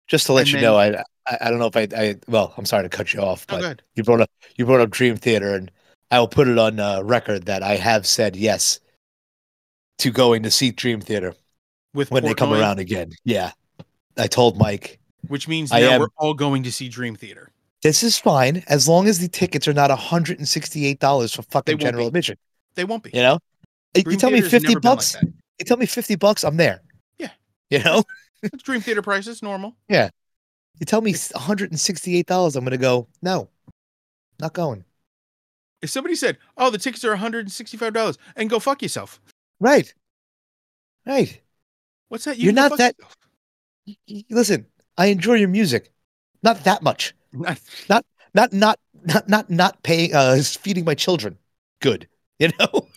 B: Just to let
A: And
B: you
A: then-
B: know, I, I I don't know if I I well, I'm sorry to cut you off,
A: Oh,
B: but
A: good.
B: you brought up you brought up Dream Theater, and I will put it on uh, record that I have said yes to going to see Dream Theater
A: With
B: when they come
A: Portnoy,
B: around again. Yeah, I told Mike
A: which means
B: I
A: now
B: am-
A: we're all going to see Dream Theater.
B: this is fine as long as the tickets are not 168 dollars for fucking
A: won't
B: general
A: be.
B: admission.
A: They won't be.
B: You know, Hey, you
A: Dream
B: tell me
A: Theater's never
B: 50
A: been like
B: bucks.
A: that.
B: you tell me 50 bucks, I'm there.
A: Yeah.
B: you know,
A: It's Dream Theater prices, normal.
B: you tell me 168 dollars, I'm gonna go. No, not going.
A: If somebody said, "Oh, the tickets are $165," and go fuck yourself.
B: Right. Right.
A: What's that?
B: You're
A: can go
B: not
A: fuck
B: that-
A: yourself.
B: Y- y- Listen, I enjoy your music, not that much.
A: Not-
B: Not not not not not paying uh feeding my children. Good, you know.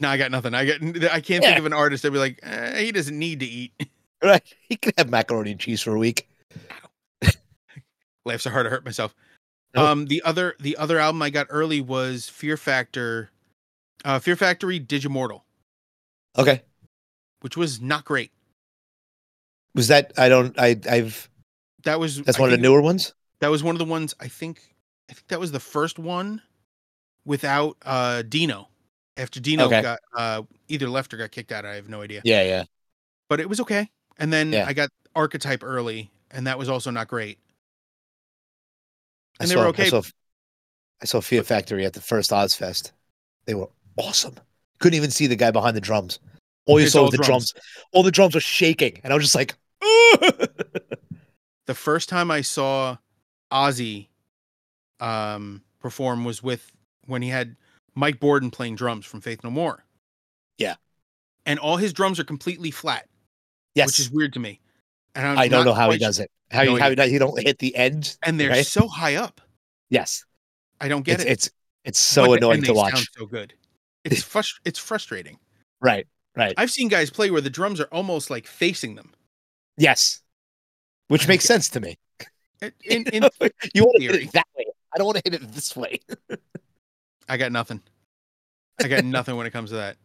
A: No, I got nothing. I got. I can't
B: Yeah.
A: think of an artist that'd be like, eh, he doesn't need to eat.
B: right? He could have macaroni and cheese for a week.
A: Laugh so hard I hurt myself.
B: Oh.
A: Um, the other the other album I got early was Fear Factor, uh, Fear Factory Digimortal,
B: Okay,
A: which was not great.
B: was that? I don't. I I've.
A: That was
B: That's
A: I
B: one of
A: think-
B: the newer ones.
A: That was one of the ones I think. I think that was the first one without uh Dino. After Dino
B: Okay.
A: got uh either left or got kicked out, I have no idea.
B: Yeah, yeah.
A: But it was okay. And then
B: Yeah.
A: I got Archetype early, and that was also not great.
B: I
A: And they
B: saw,
A: were
B: I
A: okay.
B: saw, I saw Fear Factory at the first Ozfest. They were awesome. Couldn't even see the guy behind the drums. All you
A: It's
B: saw
A: all
B: was the drums.
A: drums.
B: All the drums were shaking, and I was just like, "Ugh."
A: the first time I saw Ozzy um, perform was with when he had Mike Borden playing drums from Faith No More.
B: Yeah.
A: And all his drums are completely flat, which
B: "Yes."
A: is weird to me. And I'm
B: I don't
A: not
B: know how he
A: quite
B: does it. How
A: No
B: you how
A: idea.
B: he does- he don't hit the end?
A: sure- And they're
B: right?
A: so high up.
B: Yes,
A: I don't get
B: it's,
A: it.
B: it's it's so
A: But-
B: annoying
A: and
B: to
A: they
B: watch.
A: Sound so good. It's frust- It's frustrating.
B: Right, right.
A: I've seen guys play where the drums are almost like facing them.
B: yes, which
A: don't
B: makes
A: get
B: sense to me.
A: In, in, in,
B: you want to hit
A: theory.
B: it that way. I don't want to hit it this way.
A: I got nothing. I got nothing when it comes to that.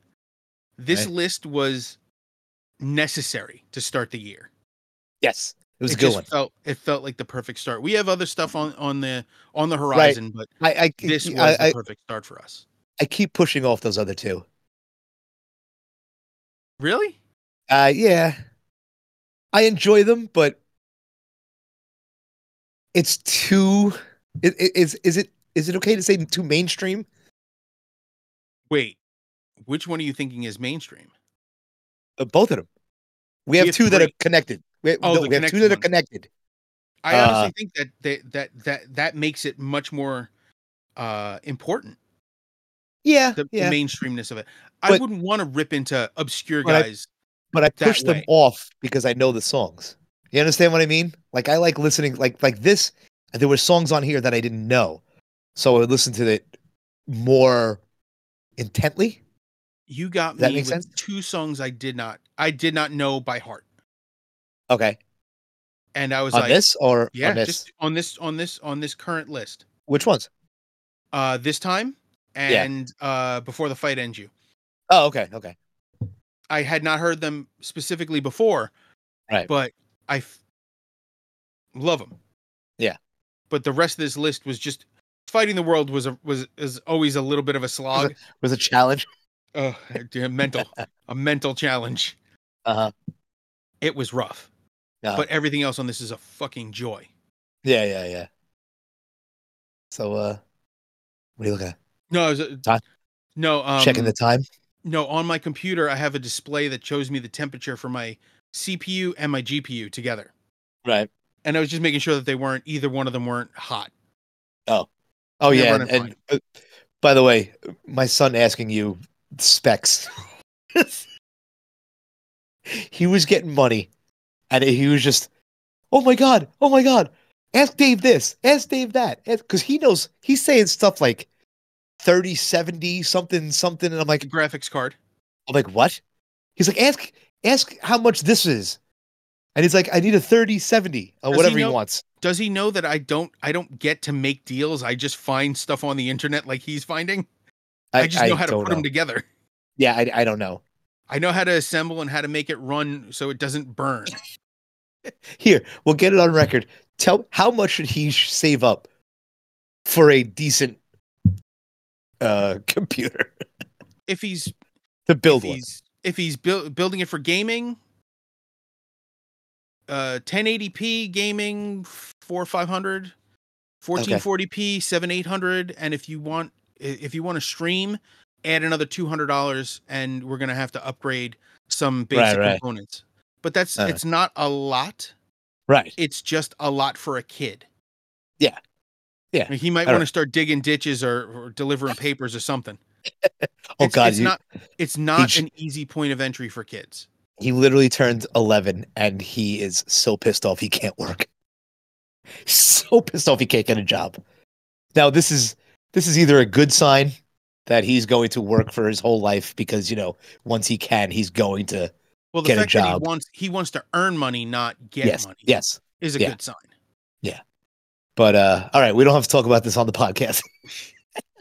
A: This
B: Right.
A: list was necessary to start the year.
B: Yes, it was
A: It
B: a good
A: just
B: one.
A: Felt, it felt like the perfect start. We have other stuff on on the on the horizon, but
B: I I,
A: this was
B: I,
A: the
B: I,
A: perfect start for us.
B: I keep pushing off those other two.
A: Really?
B: Uh, yeah, I enjoy them, but it's too. Is is is it is it okay to say too mainstream?
A: Wait, which one are you thinking is mainstream?
B: Uh, both of them. We have
A: have
B: two that are
A: three.
B: connected. We,
A: Oh,
B: no,
A: the
B: we have
A: connected
B: two that are
A: ones.
B: connected.
A: I
B: Uh,
A: honestly think that they, that that that makes it much more uh important
B: Yeah,
A: the,
B: yeah.
A: the mainstreamness of it. I
B: But-
A: wouldn't want to rip into obscure
B: But I-
A: guys.
B: but I
A: that
B: push them
A: way.
B: off because I know the songs. You understand what I mean? Like I like listening like like this. There were songs on here that I didn't know, so I would listen to it more intently.
A: you got
B: Does that
A: me
B: make
A: with
B: sense?
A: two songs I did not I did not know by heart.
B: Okay,
A: And I was
B: on
A: like
B: this or
A: Yeah,
B: on this.
A: just on this on this on this current list.
B: Which ones?
A: Uh this time
B: Yeah.
A: and uh before the fight ends you.
B: Oh, okay, okay.
A: I had not heard them specifically before.
B: Right.
A: But I f- love them.
B: Yeah.
A: But the rest of this list was just fighting the world was a was is always a little bit of a slog.
B: Was a challenge.
A: Ugh, a mental a mental challenge.
B: Uh huh.
A: It was rough.
B: Uh-huh.
A: But everything else on this is a fucking joy.
B: Yeah, yeah, yeah. So, uh, what are you looking at?
A: No, it was a-
B: Time-
A: no, um,
B: Checking the time.
A: no. On my computer, I have a display that shows me the temperature for my CPU and my GPU together,
B: Right.
A: and I was just making sure that they weren't either one of them weren't hot.
B: Oh
A: They're
B: yeah, and,
A: running
B: and uh, by the way, my son asking you specs. he was getting money, and he was just, "Oh my god, oh my god, ask Dave this, ask Dave that," because he knows he's saying stuff like thirty seventy something something, and I'm like,
A: The graphics card.
B: I'm like, what? He's like, ask ask how much this is, and he's like, I need a thirty seventy
A: Does
B: or
A: he
B: whatever he
A: know-
B: wants.
A: Does he know that I don't? I don't get to make deals. I just find stuff on the internet like he's finding. I, just know how to
B: don't
A: put them
B: know.
A: together.
B: Yeah, I, I don't know.
A: I know how to assemble and how to make it run so it doesn't burn.
B: Here, we'll get it on record. Tell how much should he sh- save up for a decent uh computer
A: If he's
B: to build
A: if
B: one.
A: he's if he's buil- building it for gaming uh 1080p gaming 4 500 1440p 7 800 and if you want i- if you want to stream add another $200 and we're going to have to upgrade some basic
B: Right, right.
A: components but that's
B: Uh.
A: it's not a lot
B: Right.
A: it's just a lot for a kid
B: Yeah. Yeah.
A: I mean, he might
B: All
A: want to start digging ditches or, or delivering papers or something
B: Oh
A: It's-
B: God,
A: it's
B: you-
A: not it's not
B: sh-
A: an easy point of entry for kids.
B: he literally turned 11 and he is so pissed off he can't work so pissed off he can't get a job now this is this is either a good sign that he's going to work for his whole life because you know once he can he's going to
A: Well, the
B: Get a
A: fact that he
B: job.
A: wants he wants to earn money, not get
B: yes
A: money,
B: yes
A: is a
B: yeah.
A: good sign.
B: but uh all right we don't have to talk about this on the podcast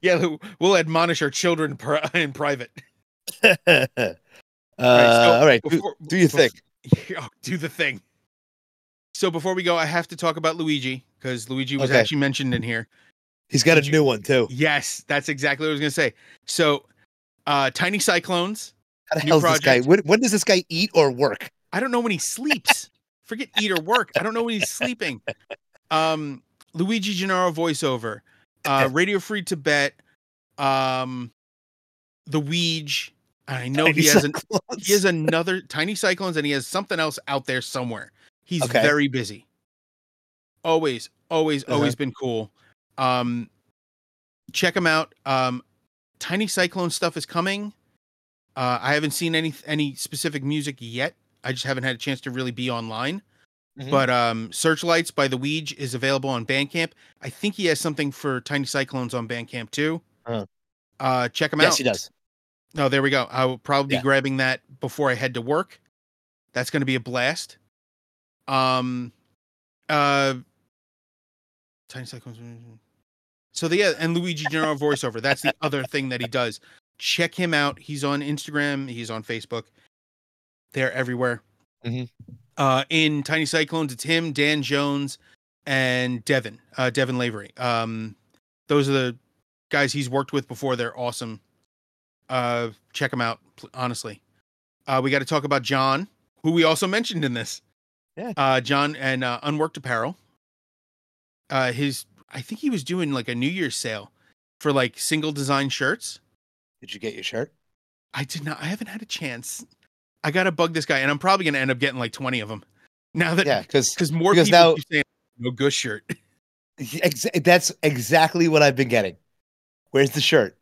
A: Yeah, we'll admonish our children pri- in private.
B: uh,
A: so
B: all right do,
A: before-
B: do your
A: bef-
B: thing
A: Yeah, do the thing. So before we go, I have to talk about Luigi because Luigi was
B: Okay.
A: actually mentioned in here.
B: he's got a
A: did you-
B: new one too
A: Yes, that's exactly what I was going to say. So, uh, tiny cyclones.
B: how the
A: new
B: hell is this guy
A: project.
B: when, when does this guy eat or work
A: I don't know when he sleeps. Forget eat or work. I don't know when he's sleeping. Um, Luigi Gennaro voiceover, uh, Radio Free Tibet, um, The Weege. I know he has an, he has another Tiny Cyclones, and he has something else out there somewhere. He's
B: Okay.
A: very busy. Always, always,
B: Uh-huh.
A: always been cool. Um, check him out. Um, Tiny Cyclone stuff is coming. Uh, I haven't seen any any specific music yet. I just haven't had a chance to really be online.
B: Mhm.
A: But um, Searchlights by The Weege is available on Bandcamp. I think he has something for Tiny Cyclones on Bandcamp too.
B: Uh-huh.
A: Uh, check him out.
B: yes he does
A: Oh, there we go. I will probably be
B: Yeah.
A: grabbing that before I head to work. That's going to be a blast. Um, uh, tiny cyclones. So the yeah, and Luigi Gennaro voiceover. That's the other thing that he does. Check him out. He's on Instagram. He's on Facebook. They're everywhere.
B: Mhm.
A: Uh, in Tiny Cyclones, it's him, Dan Jones, and Devin. Uh, Devin Lavery. Um, those are the guys he's worked with before. They're awesome uh check him out pl- honestly uh we got to talk about john who we also mentioned in this
B: Yeah.
A: uh john and uh unworked apparel uh his i think he was doing like a new year's sale for like single design shirts
B: did you get your shirt
A: i did not i haven't had a chance i gotta bug this guy and i'm probably gonna end up getting like 20 of them now that
B: yeah because
A: because more
B: Because
A: people
B: now-
A: keep saying no good shirt
B: Ex- that's exactly what I've been getting. Where's the shirt?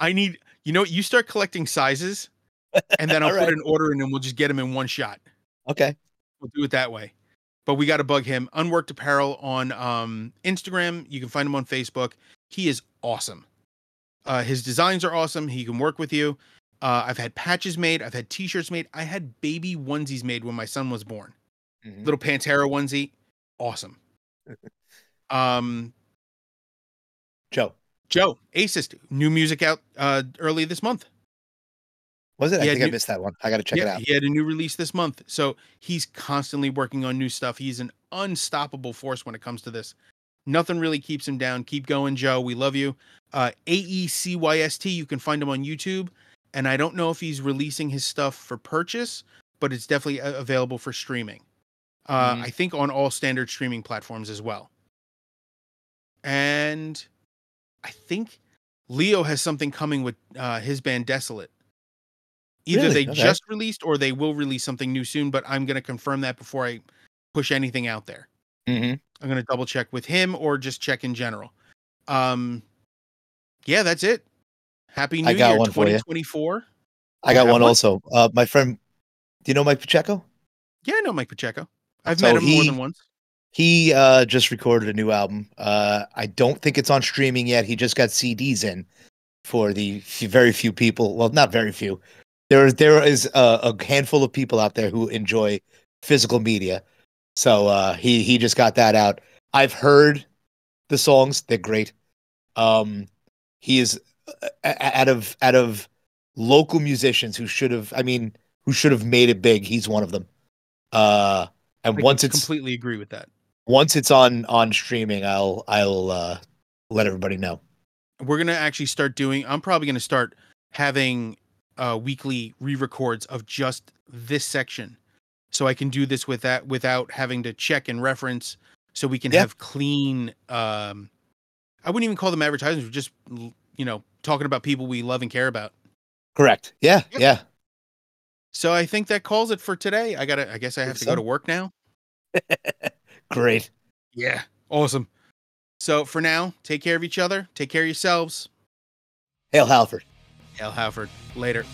A: i need you know what, you start collecting sizes and then i'll
B: All
A: put
B: right.
A: an order in and we'll just get them in one shot
B: Okay.
A: we'll do it that way. But we got to bug him. Unworked Apparel on um, Instagram. You can find him on Facebook. He is awesome. Uh, his designs are awesome. He can work with you. Uh, I've had patches made. I've had T-shirts made. I had baby onesies made when my son was born.
B: Mhm.
A: Little Pantera onesie, awesome. um,
B: Joe,
A: Joe, Acist, new music out uh, early this month.
B: was it? I
A: Yeah,
B: think I
A: new-
B: missed that one. I got to check it out.
A: He had a new release this month. So he's constantly working on new stuff. He's an unstoppable force when it comes to this. Nothing really keeps him down. Keep going, Joe. We love you. Uh, AECYST, you can find him on YouTube. And I don't know if he's releasing his stuff for purchase, but it's definitely a- available for streaming. Uh,
B: Mhm.
A: I think on all standard streaming platforms as well. And I think Leo has something coming with uh, his band Desolate. Either
B: Really?
A: they
B: Okay.
A: just released or they will release something new soon, but I'm going to confirm that before I push anything out there.
B: Mhm.
A: I'm going to double check with him or just check in general. Um, yeah, that's it. Happy New
B: I got
A: Year
B: one for you.
A: 2024.
B: I got
A: have
B: one
A: one?
B: also. Uh, my friend, do you know Mike Pacheco?
A: Yeah, I know Mike Pacheco. I've
B: So
A: met him more
B: he-
A: than once.
B: He uh, just recorded a new album. Uh, I don't think it's on streaming yet. He just got CDs in for the few, very few people. Well, not very few. There, there is a, a handful of people out there who enjoy physical media. So uh, he he just got that out. I've heard the songs; they're great. Um, he is uh, a- out of out of local musicians who should have. I mean, who should have made it big. He's one of them. Uh, and
A: I
B: once it's
A: completely agree with that.
B: once it's on on streaming i'll i'll uh let everybody know
A: We're going to actually start doing, I'm probably going to start having uh, weekly re records of just this section. So I can do this with that without having to check and reference. So we can
B: Yeah.
A: have clean, um, I wouldn't even call them advertisements, we're just, l- you know, talking about people we love and care about.
B: correct yeah
A: Yep.
B: yeah
A: So I think that calls it for today. I gotta. I guess I
B: Think
A: have to
B: so?
A: go to work now.
B: great
A: Yeah. Awesome. So for now, take care of each other. Take care of yourselves.
B: Hail Halford.
A: Al Halford. Later.